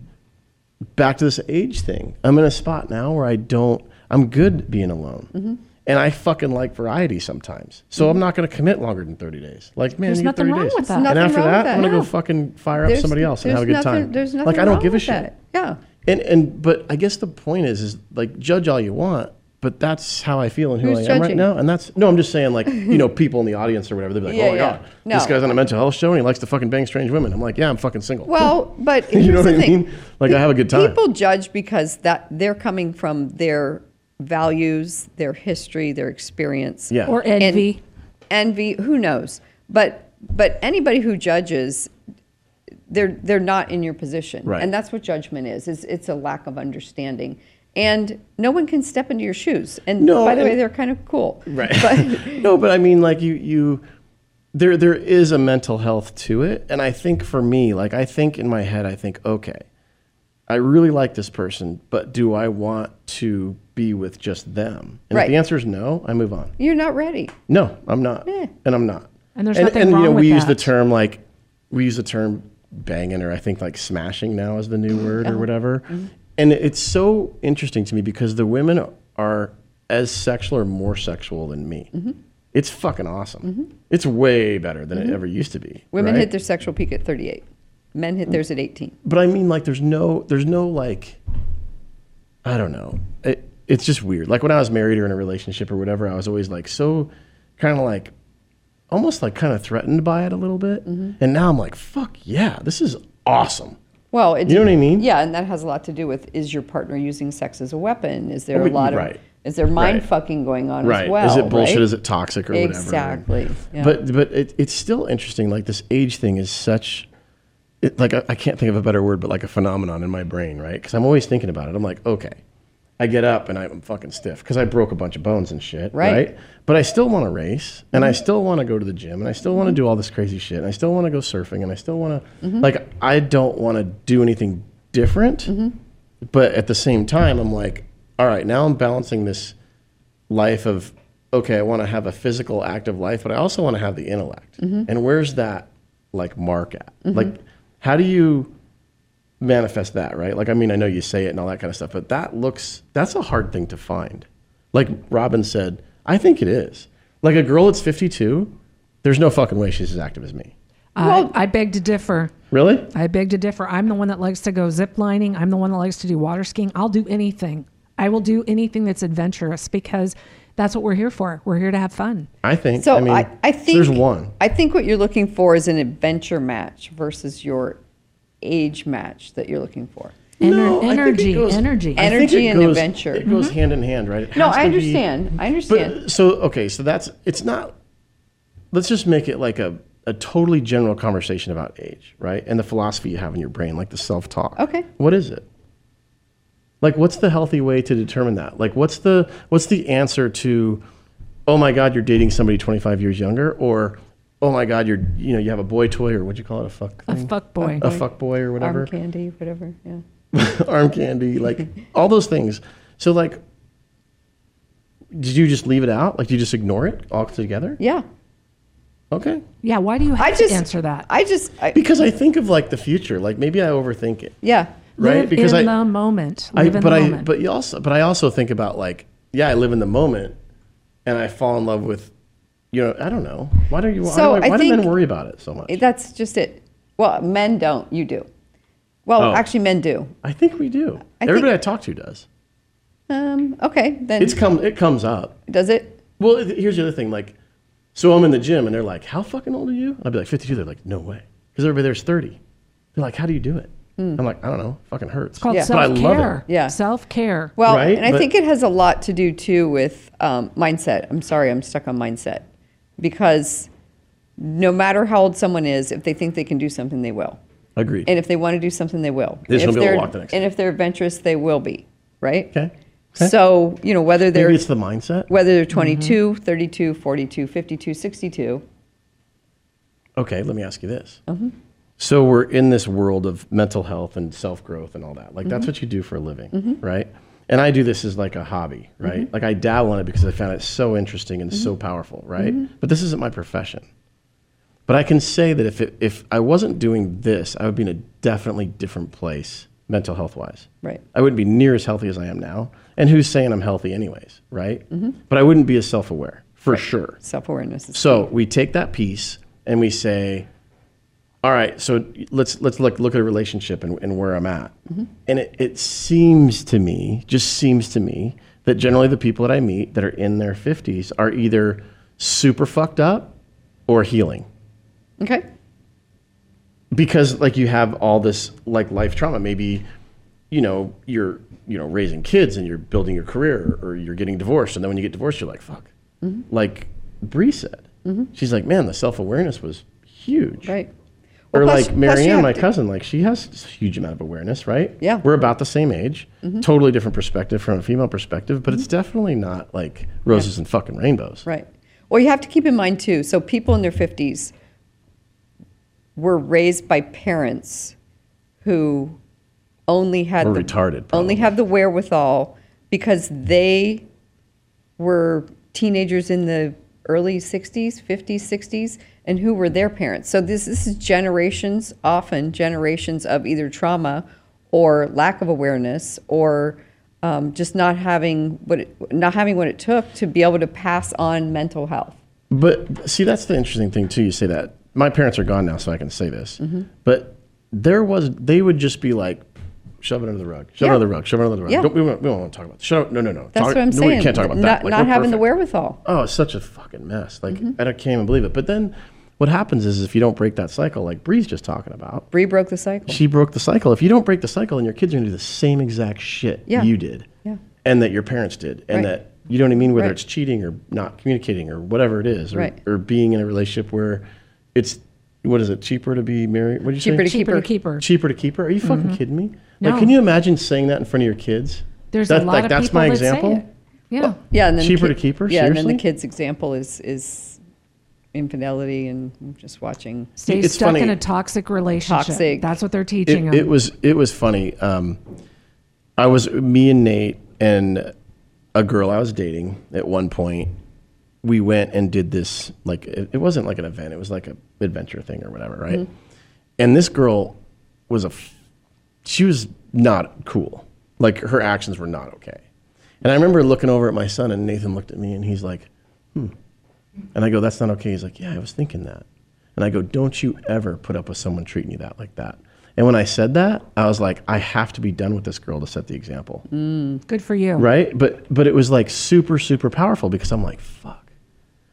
Speaker 1: back to this age thing. I'm in a spot now where I don't. I'm good being alone,
Speaker 2: Mm-hmm.
Speaker 1: and I fucking like variety sometimes. So I'm not going to commit longer than 30 days. Like man,
Speaker 3: There's
Speaker 1: you get
Speaker 3: nothing
Speaker 1: 30
Speaker 3: wrong
Speaker 1: days.
Speaker 3: with that.
Speaker 1: And
Speaker 2: Nothing
Speaker 1: after
Speaker 2: wrong with
Speaker 1: that,
Speaker 2: that.
Speaker 1: I'm going to
Speaker 2: No.
Speaker 1: go fucking fire up
Speaker 2: There's-
Speaker 1: somebody else and
Speaker 2: there's
Speaker 1: have a good
Speaker 2: nothing-
Speaker 1: time.
Speaker 2: there's
Speaker 1: like
Speaker 2: nothing
Speaker 1: I don't
Speaker 2: wrong
Speaker 1: give a
Speaker 2: with
Speaker 1: shit.
Speaker 2: that. Yeah.
Speaker 1: And and but I guess the point is is like judge all you want, but that's how I feel and who
Speaker 2: Who's
Speaker 1: I am right
Speaker 2: judging?
Speaker 1: now. And that's no, I'm just saying like you
Speaker 2: *laughs*
Speaker 1: know people in the audience or whatever they're like,
Speaker 2: Yeah,
Speaker 1: oh my
Speaker 2: yeah.
Speaker 1: god,
Speaker 2: No.
Speaker 1: this guy's on a mental health show and he likes to fucking bang strange women. I'm like, yeah, I'm fucking single.
Speaker 2: Well,
Speaker 1: *laughs*
Speaker 2: but
Speaker 1: You
Speaker 2: here's
Speaker 1: know
Speaker 2: the
Speaker 1: what I
Speaker 2: thing.
Speaker 1: mean? Like, I have a good time.
Speaker 2: People judge because that they're coming from their values, their history, their experience.
Speaker 1: Yeah.
Speaker 3: Or
Speaker 2: And
Speaker 3: envy.
Speaker 2: envy, who knows? But but anybody who judges they're they're not in your position.
Speaker 1: Right.
Speaker 2: And that's what judgment is. It's it's a lack of understanding. And no one can step into your shoes. And
Speaker 1: No,
Speaker 2: by the way,
Speaker 1: and-
Speaker 2: they're kind of cool.
Speaker 1: right?
Speaker 2: *laughs*
Speaker 1: *laughs*
Speaker 2: But
Speaker 1: no, but I mean like you you there there is a mental health to it, and I think for me, like I think in my head, I think okay, I really like this person, but do I want to be with just them? And if
Speaker 2: Right.
Speaker 1: the answer is no, I move on.
Speaker 2: you're not ready.
Speaker 1: No, I'm not.
Speaker 2: Yeah.
Speaker 1: And I'm not.
Speaker 3: Eh. And there's nothing
Speaker 1: and,
Speaker 3: wrong
Speaker 1: you know,
Speaker 3: with
Speaker 1: we use the
Speaker 3: that.
Speaker 1: term like we use the term banging or I think like smashing now is the
Speaker 3: Mm-hmm.
Speaker 1: new word or whatever. And it's so interesting to me because the women are as sexual or more sexual than me.
Speaker 3: Mm-hmm.
Speaker 1: It's fucking awesome. It's way better
Speaker 3: Mm-hmm.
Speaker 1: than it ever used to be.
Speaker 2: Women
Speaker 1: right?
Speaker 2: hit their sexual peak at 38. Men hit theirs at 18.
Speaker 1: but I mean, like, there's no, there's no like, I don't know. It, it's just weird. Like when I was married or in a relationship or whatever, I was always like so, kind of like, almost like kind of threatened by it a little bit. And now I'm like, fuck yeah, this is awesome.
Speaker 2: Well, it,
Speaker 1: You know what I mean?
Speaker 2: Yeah, and that has a lot to do with is your partner using sex as a weapon? Is there
Speaker 1: Oh,
Speaker 2: a
Speaker 1: but-
Speaker 2: lot of
Speaker 1: right.
Speaker 2: is there mind
Speaker 1: Right.
Speaker 2: fucking going on
Speaker 1: Right?
Speaker 2: as well?
Speaker 1: is it bullshit?
Speaker 2: right?
Speaker 1: Is it toxic or whatever?
Speaker 2: Exactly, yeah.
Speaker 1: But but it, it's still interesting. Like this age thing is such. It, like I, I can't think of a better word, but like a phenomenon in my brain, right? Because I'm always thinking about it. I'm like, okay, I get up and I'm fucking stiff because I broke a bunch of bones and shit,
Speaker 2: Right.
Speaker 1: right? But I still want to race, and I still want to go to the gym, and I still want to do all this crazy shit, and I still want to go surfing, and I still want to like I don't want to do anything different. But at the same time, I'm like, all right, now I'm balancing this life of okay, I want to have a physical active life, but I also want to have the intellect. And where's that like mark at? Like, how do you manifest that? Right? Like, I mean, I know you say it and all that kind of stuff, but that looks that's a hard thing to find. Like Robin said, I think it is. Like a girl that's 52, there's no fucking way she's as active as me.
Speaker 2: Well-
Speaker 3: Uh, I, I beg to differ.
Speaker 1: Really?
Speaker 3: I beg to differ. I'm the one that likes to go zip lining. I'm the one that likes to do water skiing. I'll do anything. I will do anything that's adventurous because that's what we're here for. We're here to have fun.
Speaker 1: I think.
Speaker 2: so
Speaker 1: I mean,
Speaker 2: I, I think
Speaker 1: there's one.
Speaker 2: I think what you're looking for is an adventure match versus your age match that you're looking for.
Speaker 3: Ener-
Speaker 1: No, I think it
Speaker 3: energy,
Speaker 1: goes-
Speaker 3: energy.
Speaker 1: I think
Speaker 2: Energy
Speaker 1: it
Speaker 2: and
Speaker 1: goes-
Speaker 2: adventure. Mm-hmm.
Speaker 1: It goes hand in hand, right? It
Speaker 2: No,
Speaker 1: has
Speaker 2: I
Speaker 1: to be-
Speaker 2: understand. I understand.
Speaker 1: But so okay, so that's it's not. Let's just make it like a a totally general conversation about age, right? And the philosophy you have in your brain, like the self talk.
Speaker 2: Okay.
Speaker 1: What is it? Like, what's the healthy way to determine that? Like, what's the what's the answer to, oh my God, you're dating somebody 25 years younger, or oh my God, you're you know you have a boy toy or what'd you call it a fuck
Speaker 3: A
Speaker 1: thing?
Speaker 3: fuck boy.
Speaker 1: a fuck boy or whatever
Speaker 2: Arm candy, whatever. Yeah.
Speaker 1: *laughs* arm candy, like all those things. So like, did you just leave it out? Like, do you just ignore it altogether?
Speaker 2: Yeah.
Speaker 1: Okay.
Speaker 3: Yeah. Why do you have
Speaker 2: I just
Speaker 3: to answer that?
Speaker 2: I just I,
Speaker 1: Because I think of like the future. Like maybe I overthink it,
Speaker 2: yeah.
Speaker 1: right?
Speaker 3: Live
Speaker 1: because
Speaker 3: in
Speaker 1: I,
Speaker 3: the moment.
Speaker 1: I,
Speaker 3: Live in
Speaker 1: but
Speaker 3: the
Speaker 1: I,
Speaker 3: moment.
Speaker 1: but you also, but I also think about like, yeah, I live in the moment, and I fall in love with, you know, I don't know. Why do you? Why,
Speaker 2: So
Speaker 1: do, I,
Speaker 2: I
Speaker 1: why do men
Speaker 2: think-
Speaker 1: worry about it so much?
Speaker 2: That's just it. Well, men don't. You do. Well,
Speaker 1: Oh.
Speaker 2: actually, men do.
Speaker 1: I think we do.
Speaker 2: I think-
Speaker 1: Everybody I talk to does.
Speaker 2: Um, okay, then
Speaker 1: It's come. It comes up.
Speaker 2: does it?
Speaker 1: Well, th- here's the other thing. Like, so I'm in the gym and they're like, "How fucking old are you?" And I'll be like, "52." They're like, "No way," because everybody there's 30. They're like, "How do you do it?" I'm like, "I don't know. Fucking hurts."
Speaker 3: called
Speaker 2: Yeah.
Speaker 1: But I
Speaker 3: self
Speaker 1: love
Speaker 3: care.
Speaker 1: it.
Speaker 2: Yeah.
Speaker 3: Self care.
Speaker 2: Well,
Speaker 1: Right,
Speaker 2: and I
Speaker 1: but-
Speaker 2: think it has a lot to do too with um, mindset. I'm sorry, I'm stuck on mindset because no matter how old someone is, if they think they can do something, they will.
Speaker 1: Agreed.
Speaker 2: And if they want to do something, they will.
Speaker 1: They just
Speaker 2: if
Speaker 1: won't be able to
Speaker 2: they're-
Speaker 1: walk the next
Speaker 2: And
Speaker 1: day.
Speaker 2: if they're adventurous, they will be. Right.
Speaker 1: okay.
Speaker 2: So, you know, whether they're
Speaker 1: Maybe it's Mm-hmm. the mindset.
Speaker 2: whether they're 22, 32, 42, 52, 62,
Speaker 1: Okay, let me ask you this. So we're in this world of mental health and self growth and all that. Like that's what you do for a living, right? And I do this as like a hobby, right? Like I dabble in it because I found it so interesting and so powerful, right? But this isn't my profession. But I can say that if it, if I wasn't doing this, I would be in a definitely different place mental health wise.
Speaker 2: Right.
Speaker 1: I wouldn't be near as healthy as I am now. And who's saying I'm healthy anyways, right? But I wouldn't be as self aware for sure.
Speaker 2: self awareness is
Speaker 1: So we take that piece and we say, all right, so let's let's look look at a relationship and, and where I'm at. And it, it seems to me, just seems to me, that generally the people that I meet that are in their fifties are either super fucked up or healing.
Speaker 2: okay.
Speaker 1: Because like you have all this like life trauma. Maybe, you know, you're you know, raising kids and you're building your career or you're getting divorced, and then when you get divorced, you're like, fuck.
Speaker 2: Mm-hmm.
Speaker 1: Like Bree said. She's like, Man, the self awareness was huge
Speaker 2: Right.
Speaker 1: or
Speaker 2: Well,
Speaker 1: like
Speaker 2: plus- plus you
Speaker 1: Marianne,
Speaker 2: have
Speaker 1: my
Speaker 2: to-
Speaker 1: cousin, like she has a huge amount of awareness, right?
Speaker 2: Yeah. Mm-hmm.
Speaker 1: We're about the same age, totally different perspective from a female perspective, but it's definitely not like roses and fucking rainbows.
Speaker 2: Right. Well, you have to keep in mind too. So people in their 50s were raised by parents who only had
Speaker 1: Were
Speaker 2: the,
Speaker 1: retarded,
Speaker 2: only had the wherewithal because they were teenagers in the early 60s, 50s, 60s and who were their parents. So this this is generations often generations of either trauma or lack of awareness or um, just not having what it, not having what it took to be able to pass on mental health.
Speaker 1: But see, that's the interesting thing too. You say that my parents are gone now, so I can say this.
Speaker 2: Mm-hmm.
Speaker 1: But there was they would just be like, shove it under the rug, shove
Speaker 2: Yeah.
Speaker 1: it under the rug, shove it under the rug.
Speaker 2: Yeah.
Speaker 1: Don't, we, won't, we won't talk about this. Shove, no, no, no.
Speaker 2: That's
Speaker 1: Talk-
Speaker 2: what I'm
Speaker 1: no,
Speaker 2: saying.
Speaker 1: We can't talk about that.
Speaker 2: Not,
Speaker 1: Like,
Speaker 2: not
Speaker 1: we're
Speaker 2: having the Mm-hmm.
Speaker 1: perfect.
Speaker 2: wherewithal.
Speaker 1: oh, it's such a fucking mess. Like I don't- can't even believe it. But then what happens is if you don't break that cycle, like Bree's just talking about,
Speaker 2: Bree broke the cycle.
Speaker 1: she broke the cycle. If you don't break the cycle, then your kids are gonna do the same exact shit
Speaker 2: Yeah.
Speaker 1: you did,
Speaker 2: Yeah.
Speaker 1: and that your parents did, and
Speaker 2: Right.
Speaker 1: that you know what I mean. Whether
Speaker 2: Right.
Speaker 1: it's cheating or not communicating or whatever it is, or,
Speaker 2: Right.
Speaker 1: or being in a relationship where it's what is it cheaper to be married? What did you
Speaker 2: Cheaper
Speaker 1: say?
Speaker 2: to
Speaker 3: Keeper to
Speaker 2: Keeper.
Speaker 3: keeper.
Speaker 1: cheaper to keep her? Are you fucking kidding me?
Speaker 3: No.
Speaker 1: Like, can you imagine saying that in front of your kids?
Speaker 3: There's
Speaker 1: That-
Speaker 3: a lot
Speaker 1: like,
Speaker 3: of
Speaker 1: that's
Speaker 3: people
Speaker 1: my
Speaker 3: that
Speaker 1: example.
Speaker 3: say it. Yeah.
Speaker 2: Yeah, and then the
Speaker 1: Cheaper to keep her?
Speaker 2: Yeah, and then the
Speaker 1: Seriously?
Speaker 2: kid's example is is infidelity and just watching.
Speaker 3: Stay
Speaker 1: It's
Speaker 3: stuck
Speaker 1: funny.
Speaker 3: in a toxic relationship.
Speaker 2: Toxic.
Speaker 3: That's what they're
Speaker 1: it,
Speaker 3: teaching them.
Speaker 1: it was it was funny. Um, I was me and Nate and a girl I was dating at one point. We went and did this like it, it wasn't like an event. It was like a adventure thing or whatever, right?
Speaker 3: Mm-hmm.
Speaker 1: And this girl was a f- she was not cool. Like her actions were not okay. And I remember looking over at my son and Nathan looked at me and he's like, and I go, that's not okay. He's like, yeah, I was thinking that. And I go, don't you ever put up with someone treating you that like that. And when I said that, I was like, I have to be done with this girl to set the example.
Speaker 3: Good for you.
Speaker 1: Right. But, but it was like super, super powerful because I'm like, fuck.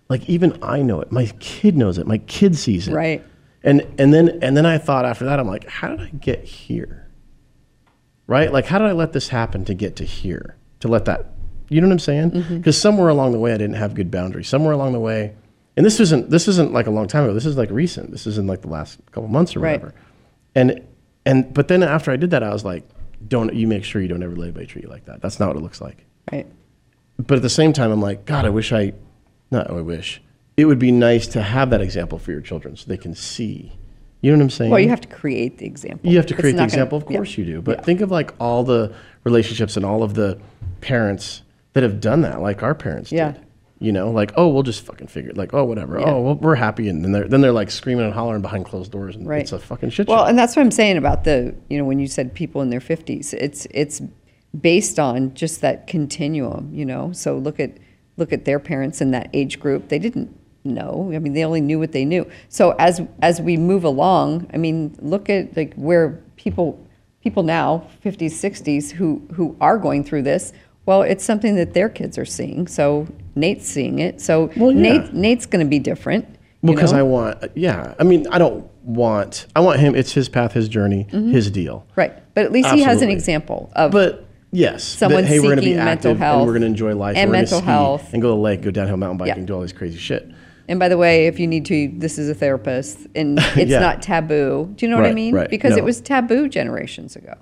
Speaker 1: Like even I know it. My kid knows it. My kid sees it.
Speaker 2: Right.
Speaker 1: And, and then, and then I thought after that, I'm like, how did I get here? Right. Like, how did I let this happen to get to here? To let that, you know what I'm saying? Because somewhere along the way, I didn't have good boundaries. Somewhere along the way, and this isn't this isn't like a long time ago. This is like recent. This is in like the last couple months or
Speaker 2: Right.
Speaker 1: whatever. And and but then after I did that, I was like, don't you make sure you don't ever let anybody treat you like that. That's not what it looks like
Speaker 2: Right.
Speaker 1: but at the same time, I'm like, God, I wish I, not I wish, it would be nice to have that example for your children so they can see. You know what I'm saying?
Speaker 2: Well, you have to create the example.
Speaker 1: You have to
Speaker 2: It's
Speaker 1: create the
Speaker 2: not gonna-
Speaker 1: example. of
Speaker 2: yeah.
Speaker 1: course you do. But think of like all the relationships and all of the parents that have done that, like our parents
Speaker 2: Yeah.
Speaker 1: did. You know, like oh, we'll just fucking figure it. Like oh, whatever. Oh, well, we're happy, and then they're then they're like screaming and hollering behind closed doors, and
Speaker 2: Right.
Speaker 1: it's a fucking shit show.
Speaker 2: Well, and that's what I'm saying about the you know when you said people in their 50s, it's it's based on just that continuum, you know. So look at look at their parents in that age group. They didn't know. I mean, they only knew what they knew. So as as we move along, I mean, look at like where people people now 50s 60s who who are going through this well it's something that their kids are seeing so nate's seeing it so
Speaker 1: Well, yeah.
Speaker 2: nate nate's going to be different you
Speaker 1: because
Speaker 2: know?
Speaker 1: I want, yeah. I mean, I don't want. I want him. It's his path, his journey,
Speaker 2: Mm-hmm.
Speaker 1: his deal.
Speaker 2: right but at least he has an
Speaker 1: Absolutely.
Speaker 2: example of
Speaker 1: But yes,
Speaker 2: Someone
Speaker 1: hey, we're gonna be
Speaker 2: seeking mental
Speaker 1: active and
Speaker 2: health
Speaker 1: we're going to enjoy life
Speaker 2: and
Speaker 1: we're gonna
Speaker 2: mental
Speaker 1: ski
Speaker 2: health.
Speaker 1: and go to the lake, go downhill mountain biking,
Speaker 2: Yeah.
Speaker 1: do all this crazy shit.
Speaker 2: And by the way, if you need to, this is a therapist and it's
Speaker 1: *laughs* Yeah.
Speaker 2: not taboo. Do you know what I
Speaker 1: Right,
Speaker 2: mean?
Speaker 1: right,
Speaker 2: Because
Speaker 1: no.
Speaker 2: it was taboo generations ago.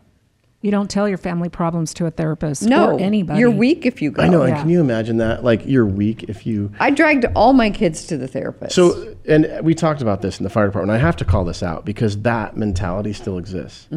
Speaker 3: You don't tell your family problems to a therapist
Speaker 2: No,
Speaker 3: or anybody.
Speaker 2: You're weak if you go.
Speaker 1: I know. And
Speaker 3: yeah.
Speaker 1: can you imagine that? Like you're weak if you.
Speaker 2: I dragged all my kids to the therapist.
Speaker 1: So, and we talked about this in the fire department. I have to call this out because that mentality still exists.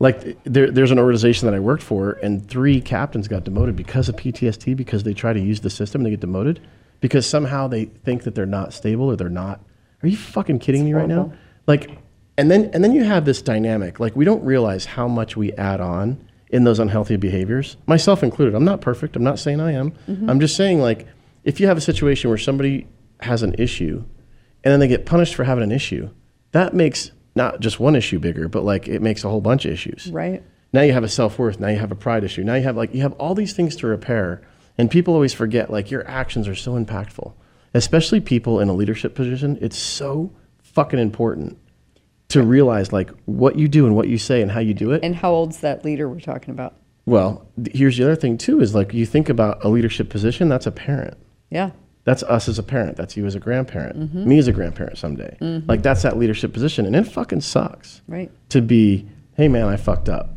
Speaker 1: Like there, there's an organization that I worked for, and three captains got demoted because of PTSD because they try to use the system and they get demoted because somehow they think that they're not stable or they're not. Are you fucking kidding me right now? Like, and then and then you have this dynamic. Like we don't realize how much we add on in those unhealthy behaviors, myself included. I'm not perfect. I'm not saying I am. I'm just saying like if you have a situation where somebody has an issue and then they get punished for having an issue, that makes not just one issue bigger, but like it makes a whole bunch of issues.
Speaker 2: Right.
Speaker 1: Now you have a self worth. Now you have a pride issue. Now you have like you have all these things to repair, and people always forget like your actions are so impactful, especially people in a leadership position. It's so fucking important to realize like what you do and what you say and how you do it.
Speaker 2: and how old's that leader we're talking about?
Speaker 1: well, th- here's the other thing too is like you think about a leadership position. That's a parent.
Speaker 2: Yeah.
Speaker 1: That's us as a parent. That's you as a grandparent.
Speaker 2: Mm-hmm.
Speaker 1: Me as a grandparent someday. Like that's that leadership position, and it fucking sucks.
Speaker 2: Right.
Speaker 1: To be, hey man, I fucked up.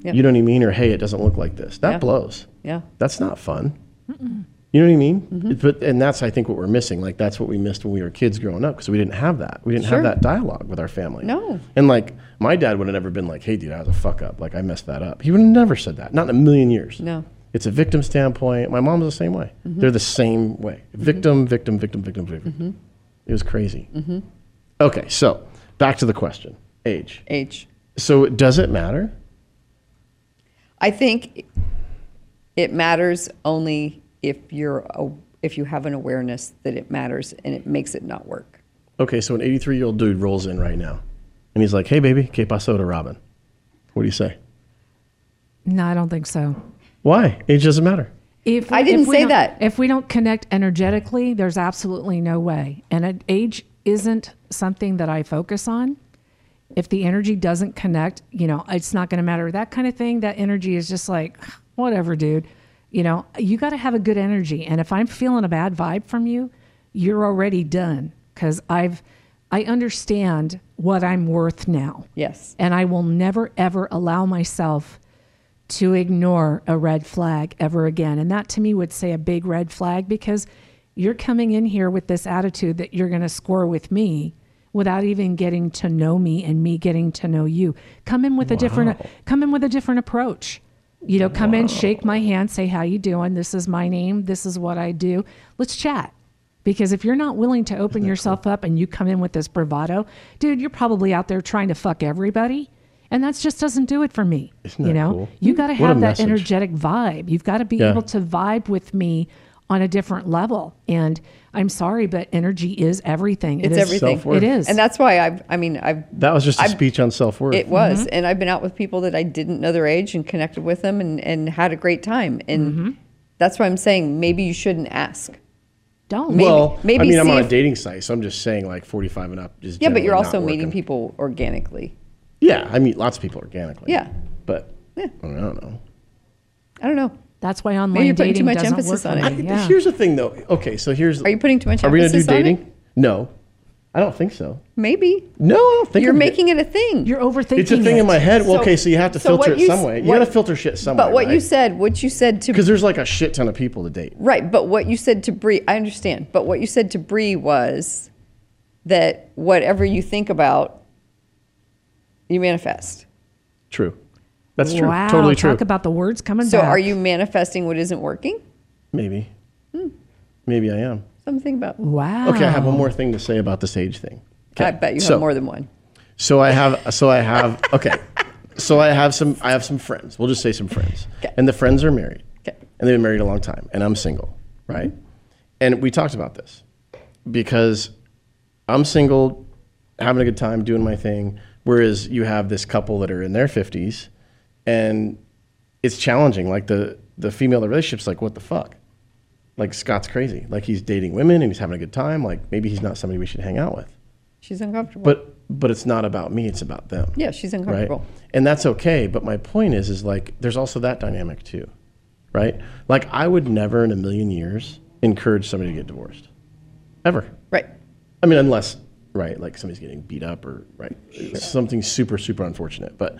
Speaker 2: Yeah.
Speaker 1: You know what I mean? Or hey, it doesn't look like this. That
Speaker 2: Yeah.
Speaker 1: blows.
Speaker 2: Yeah.
Speaker 1: That's not fun. You know what I mean?
Speaker 2: Mm-hmm.
Speaker 1: But and that's I think what we're missing. Like that's what we missed when we were kids growing up because we didn't have that. We didn't
Speaker 2: Sure.
Speaker 1: have that dialogue with our family.
Speaker 2: No.
Speaker 1: And like my dad would have never been like, "Hey, dude, I was a fuck up. Like I messed that up." He would have never said that. Not in a million years.
Speaker 2: No. Mm-hmm.
Speaker 1: It's a victim standpoint. My mom's the same way. They're the same way. Victim, victim, victim, victim, victim. It was crazy.
Speaker 2: Mm-hmm.
Speaker 1: Okay, so back to the question: age.
Speaker 2: Age.
Speaker 1: So does it matter?
Speaker 2: I think it matters only if you're a, if you have an awareness that it matters and it makes it not work.
Speaker 1: Okay, so an 83 year old dude rolls in right now, and he's like, "Hey, baby, que pasó to Robin?" What do you say?
Speaker 3: No, I don't think so.
Speaker 1: Why? Age doesn't matter.
Speaker 3: If
Speaker 2: I didn't
Speaker 3: if we
Speaker 2: say
Speaker 3: don't-
Speaker 2: that.
Speaker 3: If we don't connect energetically, there's absolutely no way. And uh, age isn't something that I focus on. If the energy doesn't connect, you know, it's not going to matter. That kind of thing, that energy is just like, whatever, dude. You know, you got to have a good energy. And if I'm feeling a bad vibe from you, you're already done because I've, I understand what I'm worth now.
Speaker 2: Yes.
Speaker 3: And I will never, ever allow myself to ignore a red flag ever again. And that to me would say a big red flag because you're coming in here with this attitude that you're going to score with me without even getting to know me and me getting to know you. Come in with a different come in with a different approach. You know, come in, shake my hand, say how you doing? This is my name. This is what I do. Let's chat. Because if you're not willing to open yourself up and you come in with this bravado, dude, you're probably out there trying to fuck everybody. And that just doesn't do it for me.
Speaker 1: Isn't that
Speaker 3: you know,
Speaker 1: cool?
Speaker 3: you got to
Speaker 1: What a
Speaker 3: have that
Speaker 1: message.
Speaker 3: energetic vibe. You've got to be
Speaker 1: Yeah.
Speaker 3: able to vibe with me on a different level. And I'm sorry, but energy is everything. It
Speaker 2: It's
Speaker 3: is-
Speaker 2: everything.
Speaker 1: Self-worth.
Speaker 3: It is.
Speaker 2: And that's why I've, I mean, I've,
Speaker 1: That was just a
Speaker 2: I'm-
Speaker 1: speech on self worth.
Speaker 2: it was. And I've been out with people that I didn't know their age and connected with them and, and had a great time. And
Speaker 1: Mm-hmm.
Speaker 2: that's why I'm saying maybe you shouldn't ask.
Speaker 3: Don't.
Speaker 1: well,
Speaker 2: maybe
Speaker 1: I mean, I'm
Speaker 2: see
Speaker 1: on a
Speaker 2: if-
Speaker 1: dating site, so I'm just saying like 45 and up is.
Speaker 2: Yeah, but you're
Speaker 1: generally
Speaker 2: also
Speaker 1: not
Speaker 2: meeting
Speaker 1: working.
Speaker 2: people organically.
Speaker 1: Yeah, I meet lots of people organically.
Speaker 2: Yeah.
Speaker 1: but
Speaker 2: Yeah.
Speaker 1: I mean, I don't know.
Speaker 2: I don't know.
Speaker 3: That's why online
Speaker 2: you're putting
Speaker 3: dating
Speaker 2: too much
Speaker 3: doesn't
Speaker 2: emphasis
Speaker 3: work
Speaker 2: on
Speaker 3: for
Speaker 2: it.
Speaker 3: me.
Speaker 1: I-
Speaker 3: Yeah.
Speaker 1: Here's the thing, though. Okay, so here's.
Speaker 2: Are you putting too much
Speaker 1: Are we gonna do
Speaker 2: emphasis on it?
Speaker 1: dating? No, I don't think so.
Speaker 2: Maybe
Speaker 1: No, I don't think
Speaker 2: you're
Speaker 1: I'm-
Speaker 2: making it a thing.
Speaker 3: You're overthinking.
Speaker 1: It's a thing in
Speaker 3: it.
Speaker 1: my head. Well,
Speaker 2: So-
Speaker 1: okay, so you have to
Speaker 2: so
Speaker 1: filter
Speaker 2: what
Speaker 1: it
Speaker 2: you
Speaker 1: some
Speaker 2: s-
Speaker 1: way. you
Speaker 2: what-
Speaker 1: got to filter shit somewhere.
Speaker 2: but what you
Speaker 1: right?
Speaker 2: said, what you said to
Speaker 1: because there's like a shit ton of people to date.
Speaker 2: Right, but what you said to Bree, I understand. But what you said to Bree was that whatever you think about, you manifest.
Speaker 1: True. That's true.
Speaker 3: Wow,
Speaker 1: totally true.
Speaker 3: Talk about the words coming
Speaker 2: So
Speaker 3: back.
Speaker 2: are you manifesting what isn't working?
Speaker 1: Maybe.
Speaker 2: Hmm.
Speaker 1: Maybe I am.
Speaker 2: Something to think about.
Speaker 3: Wow.
Speaker 1: Okay, I have one more thing to say about this age thing.
Speaker 2: Oh. I bet you have
Speaker 1: so,
Speaker 2: more than one.
Speaker 1: So I have. So I have. Okay. so I have some. I have some friends. We'll just say some friends.
Speaker 2: 'Kay.
Speaker 1: And the friends are married.
Speaker 2: 'Kay.
Speaker 1: And they've been married a long time. And I'm single, right? And we talked about this because I'm single, having a good time, doing my thing. Whereas you have this couple that are in their 50s, and it's challenging. Like the the female in the relationship's like, what the fuck? Like Scott's crazy. Like he's dating women and he's having a good time. Like maybe he's not somebody we should hang out with
Speaker 2: She's uncomfortable.
Speaker 1: but but it's not about me it's about them
Speaker 2: Yeah, she's
Speaker 1: right
Speaker 2: uncomfortable.
Speaker 1: and that's okay but my point is is like there's also that dynamic too right like i would never in a million years encourage somebody to get divorced ever
Speaker 2: Right.
Speaker 1: i mean unless right like somebody's getting beat up or right something super super unfortunate but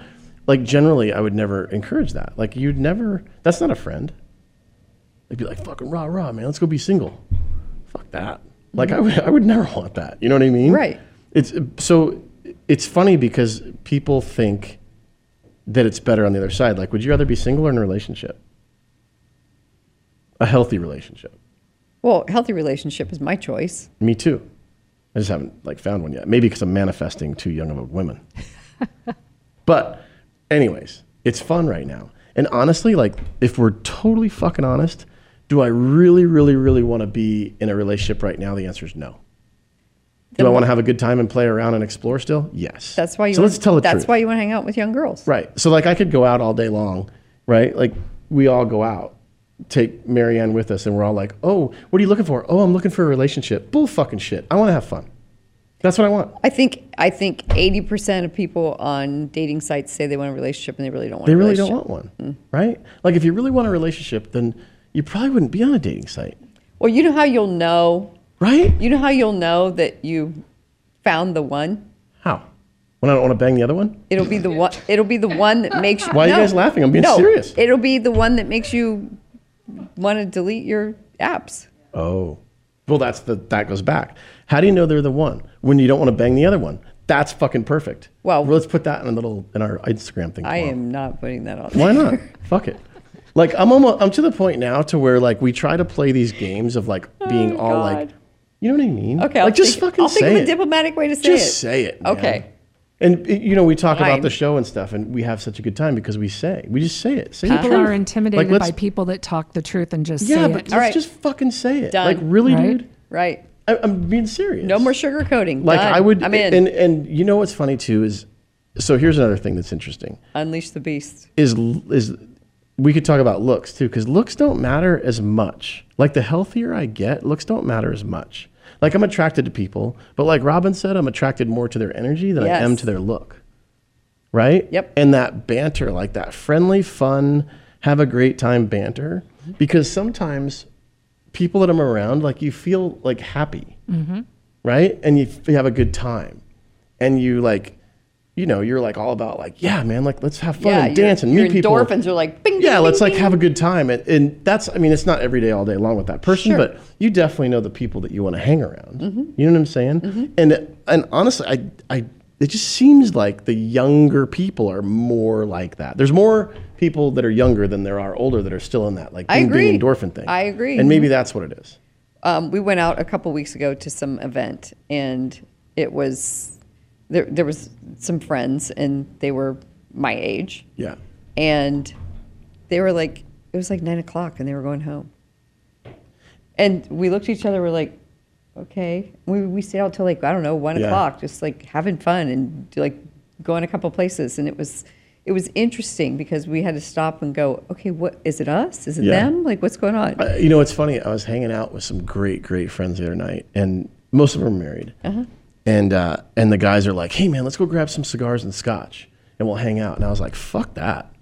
Speaker 1: like generally, I would never encourage that. Like you'd never. That's not a friend. They'd be like, "Fucking rah rah, man, let's go be single." Fuck that. Like I would, I would never want that. You know what I mean?
Speaker 2: Right.
Speaker 1: It's so. It's funny because people think that it's better on the other side. Like, would you rather be single or in a relationship? A healthy relationship.
Speaker 2: Well, healthy relationship is my choice.
Speaker 1: Me too. I just haven't like found one yet. Maybe because I'm manifesting too young of a
Speaker 2: *laughs*
Speaker 1: woman. but, anyways, it's fun right now. And honestly, like if we're totally fucking honest, do I really, really, really want to be in a relationship right now? The answer is no. Do I want to have a good time and play around and explore still? Yes.
Speaker 2: That's why you.
Speaker 1: So
Speaker 2: wanna-
Speaker 1: let's tell the
Speaker 2: That's
Speaker 1: truth.
Speaker 2: why you want to hang out with young girls.
Speaker 1: Right. So like I could go out all day long, right? Like we all go out, take Marianne with us, and we're all like, oh, what are you looking for? Oh, I'm looking for a relationship. Bull fucking shit. I want to have fun. That's what I want.
Speaker 2: I think I think eighty percent of people on dating sites say they want a relationship and they really don't want.
Speaker 1: They
Speaker 2: a
Speaker 1: really
Speaker 2: relationship. Mm.
Speaker 1: don't want one, right? Like if you really want a relationship, then you probably wouldn't be on a dating site,
Speaker 2: Well, you know how you'll know.
Speaker 1: right?
Speaker 2: You know how you'll know that you found the one.
Speaker 1: How? When I don't want to bang the other one?
Speaker 2: It'll be the one. It'll be the one that makes you.
Speaker 1: Why are you
Speaker 2: no.
Speaker 1: guys laughing? I'm being
Speaker 2: no,
Speaker 1: serious.
Speaker 2: It'll be the one that makes you want to delete your apps.
Speaker 1: Oh. Well, that's the that goes back. How do you know they're the one when you don't want to bang the other one? That's fucking perfect.
Speaker 2: Well-
Speaker 1: let's put that in a little in our Instagram thing.
Speaker 2: I
Speaker 1: tomorrow.
Speaker 2: am not putting that on.
Speaker 1: Why
Speaker 2: there.
Speaker 1: not? Fuck it. Like I'm almost I'm to the point now to where like we try to play these games of like being all like
Speaker 2: Oh, God.
Speaker 1: you know what I mean?
Speaker 2: Okay,
Speaker 1: like
Speaker 2: I'll
Speaker 1: just
Speaker 2: think,
Speaker 1: fucking
Speaker 2: I'll
Speaker 1: say
Speaker 2: think of
Speaker 1: it.
Speaker 2: a diplomatic way to say
Speaker 1: just
Speaker 2: it.
Speaker 1: say it. man.
Speaker 2: Okay.
Speaker 1: And it- you know we talk about
Speaker 2: Fine.
Speaker 1: the show and stuff, and we have such a good time because we say we just say it. Say the
Speaker 3: People
Speaker 1: truth.
Speaker 3: are intimidated
Speaker 1: like,
Speaker 3: by
Speaker 1: let's-
Speaker 3: people that talk the truth and just
Speaker 1: Yeah,
Speaker 3: say
Speaker 1: but
Speaker 3: it.
Speaker 1: let's
Speaker 2: All right.
Speaker 1: just fucking say it.
Speaker 2: Done.
Speaker 1: Like really,
Speaker 3: Right.
Speaker 1: dude.
Speaker 2: Right.
Speaker 1: I, I'm being serious.
Speaker 2: No more sugarcoating.
Speaker 1: Like
Speaker 2: Done.
Speaker 1: I would.
Speaker 2: I'm in.
Speaker 1: And and you know what's funny too is, so here's another thing that's interesting.
Speaker 2: Unleash the beast.
Speaker 1: is is we could talk about looks too because looks don't matter as much like the healthier i get looks don't matter as much like i'm attracted to people but like robin said i'm attracted more to their energy than i am
Speaker 2: Yes.
Speaker 1: to their look right
Speaker 2: Yep.
Speaker 1: and that banter like that friendly fun have a great time banter because sometimes people that i'm around like you feel like happy
Speaker 2: Mm-hmm.
Speaker 1: right? And you, f- you have a good time, and you like, you know, you're like all about like, yeah, man, like let's have fun
Speaker 2: yeah.
Speaker 1: and dance
Speaker 2: your,
Speaker 1: and meet
Speaker 2: your
Speaker 1: people.
Speaker 2: endorphins are like bing.
Speaker 1: yeah,
Speaker 2: bing,
Speaker 1: let's
Speaker 2: bing,
Speaker 1: like
Speaker 2: bing.
Speaker 1: have a good time, and, and that's I mean, it's not every day all day long with that person,
Speaker 2: Sure. Mm-hmm.
Speaker 1: but you definitely know the people that you want to hang around. You know what I'm saying? And and honestly, I I it just seems like the younger people are more like that. There's more people that are younger than there are older that are still in that like
Speaker 2: I
Speaker 1: ding, ding
Speaker 2: agree.
Speaker 1: endorphin thing.
Speaker 2: I agree. Mm-hmm.
Speaker 1: and maybe that's what it is.
Speaker 2: um, we went out a couple weeks ago to some event and it was there, there was some friends and they were my age
Speaker 1: Yeah.
Speaker 2: and they were like it was like nine o'clock and they were going home and we looked at each other we're like okay we, we stayed out till like i don't know one
Speaker 1: Yeah.
Speaker 2: o'clock just like having fun and like going a couple places and it was it was interesting because we had to stop and go okay what is it us is it
Speaker 1: Yeah.
Speaker 2: them like what's going on
Speaker 1: Uh, you know, it's funny. I was hanging out with some great, great friends the other night, and most of them are married.
Speaker 2: Uh-huh.
Speaker 1: And uh, and the guys are like, "Hey, man, let's go grab some cigars and scotch, and we'll hang out." And I was like, "Fuck that!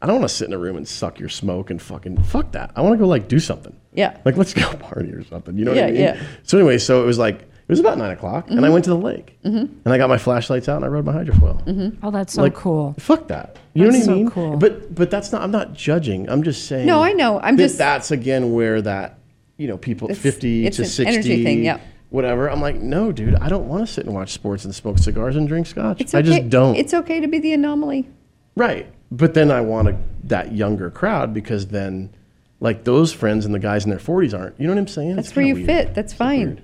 Speaker 1: I don't want to sit in a room and suck your smoke and fucking fuck that. I want to go like do something.
Speaker 2: Yeah.
Speaker 1: like let's go *laughs* party or something. You know what I
Speaker 2: Yeah,
Speaker 1: mean?
Speaker 2: yeah. Mm-hmm.
Speaker 1: So anyway, so it was like it was about nine o'clock, and I went to the lake, and I got my flashlights out, and I rode my hydrofoil.
Speaker 2: Mm-hmm.
Speaker 3: Oh, that's so
Speaker 1: Like,
Speaker 3: cool.
Speaker 1: Fuck that. You know
Speaker 3: That's
Speaker 1: what I
Speaker 3: so
Speaker 1: mean?
Speaker 3: cool.
Speaker 1: But but that's not. I'm not judging. I'm just saying.
Speaker 2: No, I know. I'm
Speaker 1: that
Speaker 2: just-
Speaker 1: That's again where that you know people
Speaker 2: It's-
Speaker 1: 50
Speaker 2: it's
Speaker 1: to
Speaker 2: an
Speaker 1: 60
Speaker 2: energy thing, yeah.
Speaker 1: Whatever. I'm like, no, dude. I don't want to sit and watch sports and smoke cigars and drink scotch. I just don't.
Speaker 2: It's okay to be the anomaly.
Speaker 1: right. But then I want a, that younger crowd because then, like those friends and the guys in their 40s aren't. You know what I'm saying?
Speaker 2: That's
Speaker 1: It's
Speaker 2: where you
Speaker 1: kinda weird.
Speaker 2: fit. That's fine.
Speaker 1: weird.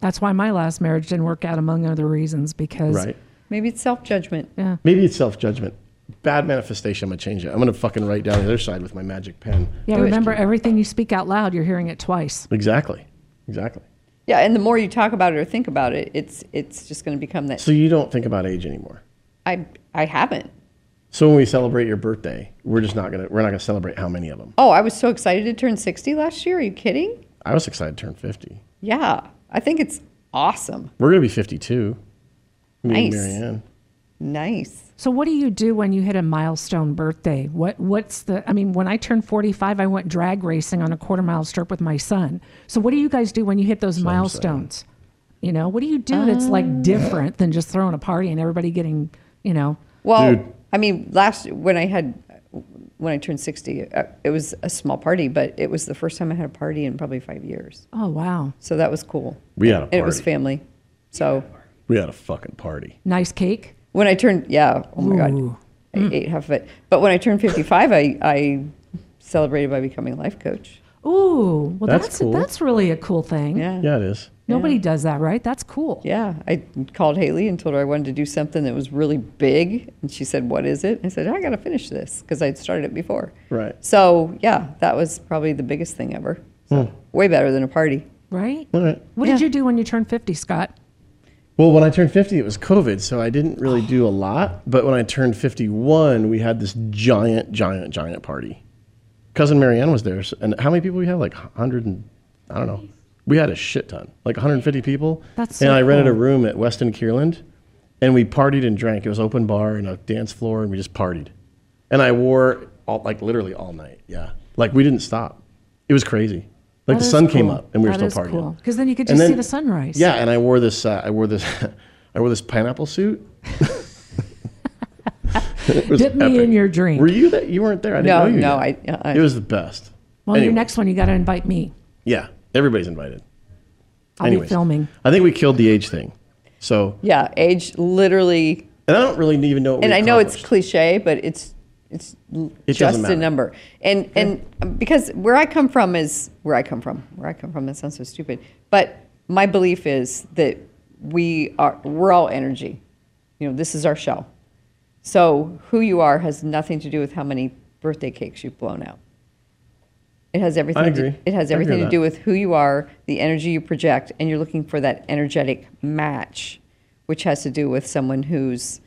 Speaker 3: That's why my last marriage didn't work out, among other reasons, because
Speaker 1: Right.
Speaker 2: Maybe it's self judgment.
Speaker 3: yeah,
Speaker 1: Maybe it's self judgment. Bad manifestation. I'm gonna change it. I'm gonna fucking write down the other side with my magic pen.
Speaker 3: yeah.
Speaker 2: Do it.
Speaker 3: Remember, everything you speak out loud, you're hearing it twice.
Speaker 1: Exactly. Exactly.
Speaker 2: Yeah, and the more you talk about it or think about it, it's it's just going to become that.
Speaker 1: So you don't think about age anymore.
Speaker 2: I I haven't.
Speaker 1: So when we celebrate your birthday, we're just not gonna we're not gonna celebrate how many of them.
Speaker 2: Oh, I was so excited to turn sixty last year. Are you kidding?
Speaker 1: I was excited to turn fifty.
Speaker 2: Yeah, I think it's awesome.
Speaker 1: We're gonna be fifty-two. Me and
Speaker 2: Nice.
Speaker 1: Marianne.
Speaker 2: Nice.
Speaker 3: So what do you do when you hit a milestone birthday? What what's the I mean, when I turned 45, I went drag racing on a quarter mile strip with my son. So what do you guys do when you hit those milestones? You
Speaker 2: Um.
Speaker 3: know, what do you do that's like different than just throwing a party and everybody getting, you know,
Speaker 2: Well,
Speaker 1: Dude,
Speaker 2: I mean, last when I had when I turned sixty, uh, it was a small party, but it was the first time I had a party in probably five years.
Speaker 3: Oh wow,
Speaker 2: So that was cool.
Speaker 1: We had a
Speaker 2: And It was
Speaker 1: party.
Speaker 2: family. So
Speaker 1: We had a fucking party.
Speaker 3: nice cake.
Speaker 2: when I turned, yeah, oh my
Speaker 3: Ooh.
Speaker 2: God, I
Speaker 1: Hmm.
Speaker 2: ate half of it. But when I turned 55, I, I celebrated by becoming a life coach.
Speaker 3: Ooh, well
Speaker 1: That's
Speaker 3: that's that's,
Speaker 1: cool.
Speaker 3: really a cool thing.
Speaker 2: Yeah.
Speaker 1: Yeah, it is.
Speaker 3: Nobody does that, right? That's cool.
Speaker 2: Yeah, I called Haley and told her I wanted to do something that was really big, and she said, "What is it?" I said, "I got to finish this because I'd started it before."
Speaker 1: Right.
Speaker 2: So yeah, that was probably the biggest thing ever.
Speaker 1: Hmm.
Speaker 2: So, Way better than a party.
Speaker 3: Right?
Speaker 1: All right.
Speaker 3: What did
Speaker 2: Yeah.
Speaker 3: you do when you turned 50, Scott?
Speaker 1: Well, when I turned 50, it was COVID, so I didn't really do a lot. But when I turned 51, we had this giant, giant, giant party. Cousin Marianne was there. so- And how many people we had? Like 100 and, I don't know. We had a shit ton, like 150 people.
Speaker 3: That's
Speaker 1: and
Speaker 3: so
Speaker 1: I rented a
Speaker 3: cool.
Speaker 1: room at Weston Kierland, and we partied and drank. It was open bar and a dance floor, and we just partied. And I wore all, like literally all night. Yeah, like we didn't stop. It was crazy. Like
Speaker 3: That
Speaker 1: the
Speaker 3: is
Speaker 1: sun came
Speaker 3: cool.
Speaker 1: up, and we were
Speaker 3: That
Speaker 1: still
Speaker 3: is
Speaker 1: partying.
Speaker 3: cool. 'Cause then you could
Speaker 1: And
Speaker 3: just see the sunrise.
Speaker 1: Yeah, and I wore this. Uh, I wore this. *laughs* I wore this pineapple suit. It was
Speaker 3: *laughs* Dip me in
Speaker 1: epic.
Speaker 3: your drink.
Speaker 1: Were you that? You weren't there. I didn't
Speaker 2: No,
Speaker 1: know you.
Speaker 2: no,
Speaker 1: yet.
Speaker 2: I- uh-uh.
Speaker 1: It was the best.
Speaker 3: Well, your
Speaker 1: Anyway,
Speaker 3: next one, you got to invite me.
Speaker 1: Yeah, everybody's invited.
Speaker 3: I'll
Speaker 1: Anyways,
Speaker 3: be filming.
Speaker 1: I think we killed the age thing. So,
Speaker 2: Yeah, age literally,
Speaker 1: and I don't really even know. What
Speaker 2: and
Speaker 1: we
Speaker 2: I know it's
Speaker 1: accomplished.
Speaker 2: cliche, but it's it's l-
Speaker 1: It doesn't
Speaker 2: just
Speaker 1: matter.
Speaker 2: a number. And and because where I come from is where I come from. Where I come from, that sounds so stupid, but my belief is that we are we're all energy. You know, this is our shell. So who you are has nothing to do with how many birthday cakes you've blown out. It has everything.
Speaker 1: agree.
Speaker 2: To, it has
Speaker 1: I agree
Speaker 2: everything
Speaker 1: with
Speaker 2: to
Speaker 1: that.
Speaker 2: do with who you are, the energy you project, and you're looking for that energetic match, which has to do with someone who's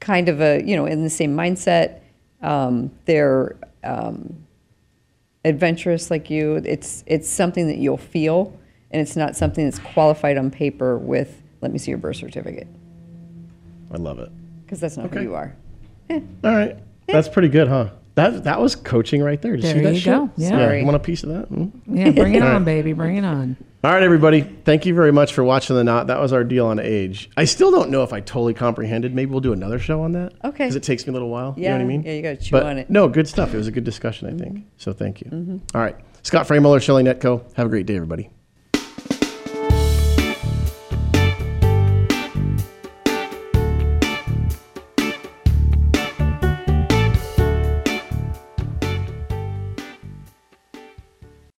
Speaker 2: kind of a you know in the same mindset. Um, they're um, adventurous like you. It's it's something that you'll feel, and it's not something that's qualified on paper with "Let me see your birth certificate,"
Speaker 1: I love it.
Speaker 2: because that's not
Speaker 1: Okay.
Speaker 2: who you are.
Speaker 1: All right, that's pretty good, huh? That that was coaching right there. Did you
Speaker 3: There
Speaker 1: see that
Speaker 3: you
Speaker 1: shit?
Speaker 3: go. Yeah.
Speaker 2: Sorry.
Speaker 1: want a piece of that? Mm.
Speaker 3: Yeah, bring
Speaker 1: *laughs*
Speaker 3: it
Speaker 1: All right.
Speaker 3: on, baby. Bring it on.
Speaker 1: All right, everybody. Thank you very much for watching the knot. That was our deal on age. I still don't know if I totally comprehended. Maybe we'll do another show on that.
Speaker 2: Okay.
Speaker 1: Because it takes me a little while. You know what I
Speaker 2: Yeah,
Speaker 1: mean?
Speaker 2: yeah, you gotta chew
Speaker 1: But
Speaker 2: on it. Mm-hmm.
Speaker 1: No, good stuff. It was a good discussion, I think. So thank you. All right. Scott Framuller, Shelley Netco. Have a great day, everybody.